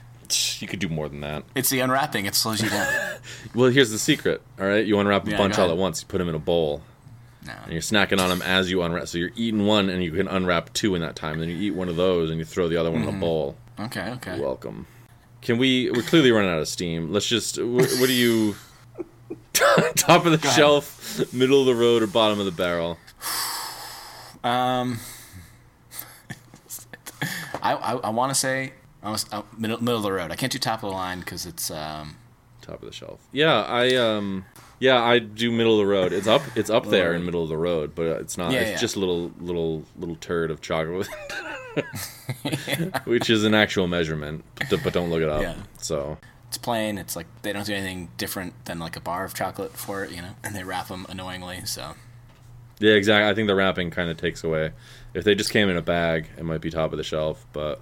You could do more than that.
It's the unwrapping. It slows you down.
Well, here's the secret. All right, you unwrap a
Yeah,
bunch
go
all
ahead.
at once. You put them in a bowl,
No.
and you're snacking on them as you unwrap. So you're eating one, and you can unwrap two in that time. Then you eat one of those, and you throw the other one
Mm-hmm.
in a bowl.
Okay, okay.
You're welcome. Can we? We're clearly running out of steam. Let's just. wh- What do you? top of the
ahead.
shelf, middle of the road, or bottom of the barrel?
Um, I, I, I want to say I was, uh, middle, middle of the road. I can't do top of the line because it's. Um,
Top of the shelf. Yeah, I um. Yeah, I do middle of the road. It's up. It's up there in middle of the road, but uh, it's not.
Yeah,
it's
yeah.
just a little little little turd of chocolate. Which is an actual measurement, but d- but don't look it up.
Yeah.
So
it's plain. It's like they don't do anything different than like a bar of chocolate for it, you know. And they wrap them annoyingly. So
yeah, exactly. I think the wrapping kind of takes away. If they just came in a bag, it might be top of the shelf. But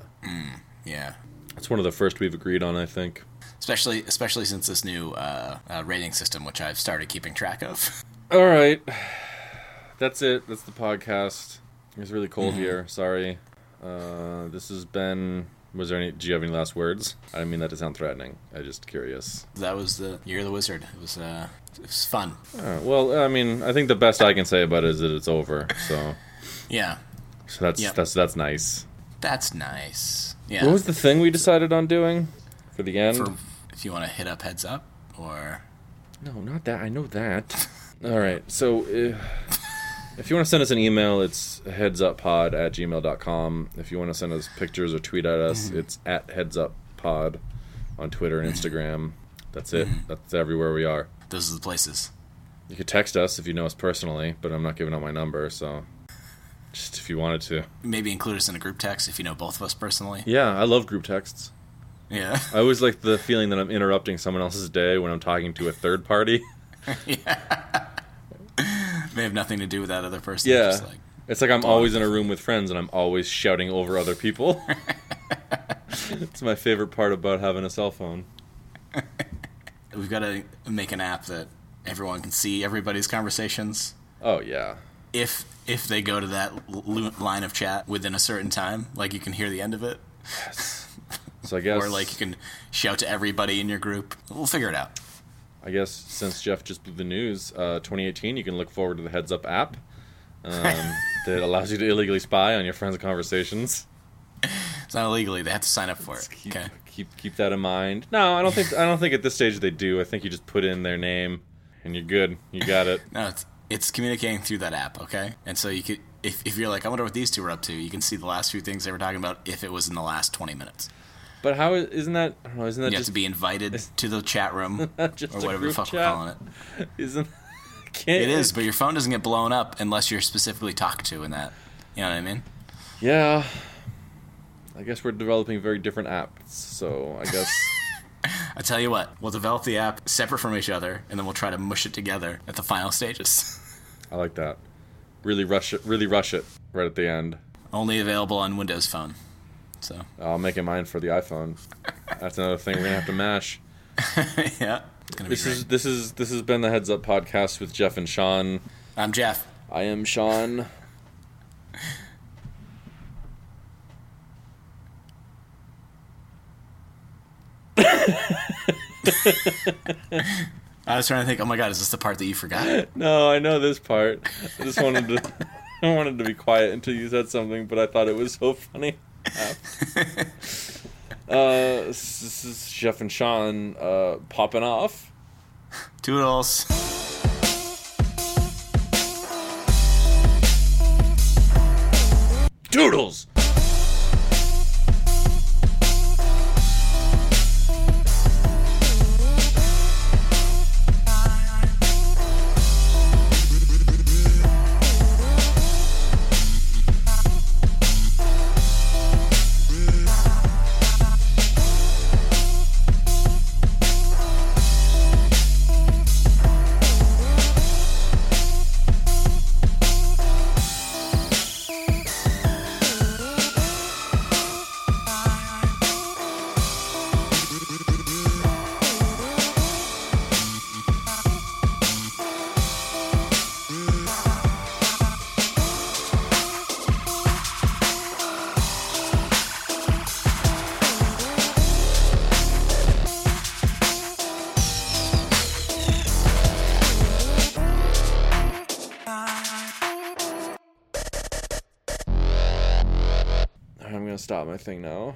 yeah,
it's one of the first we've agreed on. I think.
especially especially since this new uh, uh, rating system, which I've started keeping track of.
All right. That's it. That's the podcast. It's really cold
Mm-hmm.
here. Sorry. Uh, this has been. Was there any? Do you have any last words? I don't mean that to sound threatening. I'm just curious.
that was the year of the wizard. It was uh, it was fun.
Uh, well, I mean, I think the best I can say about it is that it's over. So,
Yeah,
so that's
Yep.
that's that's nice.
that's nice. Yeah.
What was the thing we decided on doing for the end?
for if you want to hit up heads up or
No, not that. I know that. All right. So uh, if you want to send us an email, it's headsuppod at gmail.com. If you want to send us pictures or tweet at us, it's at headsuppod on Twitter and Instagram. That's it. That's everywhere we are.
those are the places.
You could text us if you know us personally, but I'm not giving out my number, so just if you wanted to.
Maybe include us in a group text if you know both of us personally.
Yeah, I love group texts.
Yeah.
I always like the feeling that I'm interrupting someone else's day when I'm talking to a third party.
May have nothing to do with that other person.
Yeah.
Just like,
It's like I'm always in a room with friends and I'm always shouting over other people. it's my favorite part about having a cell phone.
we've got to make an app that everyone can see everybody's conversations.
Oh yeah.
If if they go to that l- l- line of chat within a certain time, like you can hear the end of it,
So I guess
or like you can shout to everybody in your group. We'll figure it out.
I guess since Jeff just blew the news, uh, 2018, you can look forward to the Heads Up app um, that allows you to illegally spy on your friends' conversations.
It's not illegally; they have to sign up for it.
Keep,
Okay.
keep keep that in mind. No, I don't think I don't think at this stage they do. I think you just put in their name and you're good. You got it.
No, it's it's communicating through that app, okay? And so you could, if, if you're like, I wonder what these two were up to, you can see the last few things they were talking about if it was in the last 20 minutes.
But how is- isn't that? I don't know, isn't that
You have
just
to be invited to the chat room or
Just a
whatever the
group
fuck we're
chat?
calling it.
Isn't can't,
It is, but your phone doesn't get blown up unless you're specifically talked to in that. You know what I mean?
Yeah. I guess we're developing very different apps, so I guess
I tell you what, we'll develop the app separate from each other, and then we'll try to mush it together at the final stages.
I like that. Really rush it. Really rush it right at the end.
Only available on Windows Phone. So,
I'll make it mine for the iPhone. That's another thing we're gonna have to mash.
yeah, it's going to be
This
great.
is this is this has been the Heads Up podcast with Jeff and Sean.
I'm Jeff.
I am Sean.
I was trying to think, oh my god, is this the part that you forgot?
No, I know this part. I just wanted to I wanted to be quiet until you said something, but I thought it was so funny. Uh, this is Jeff and Sean uh, popping off.
Toodles.
Doodles. stop my thing now.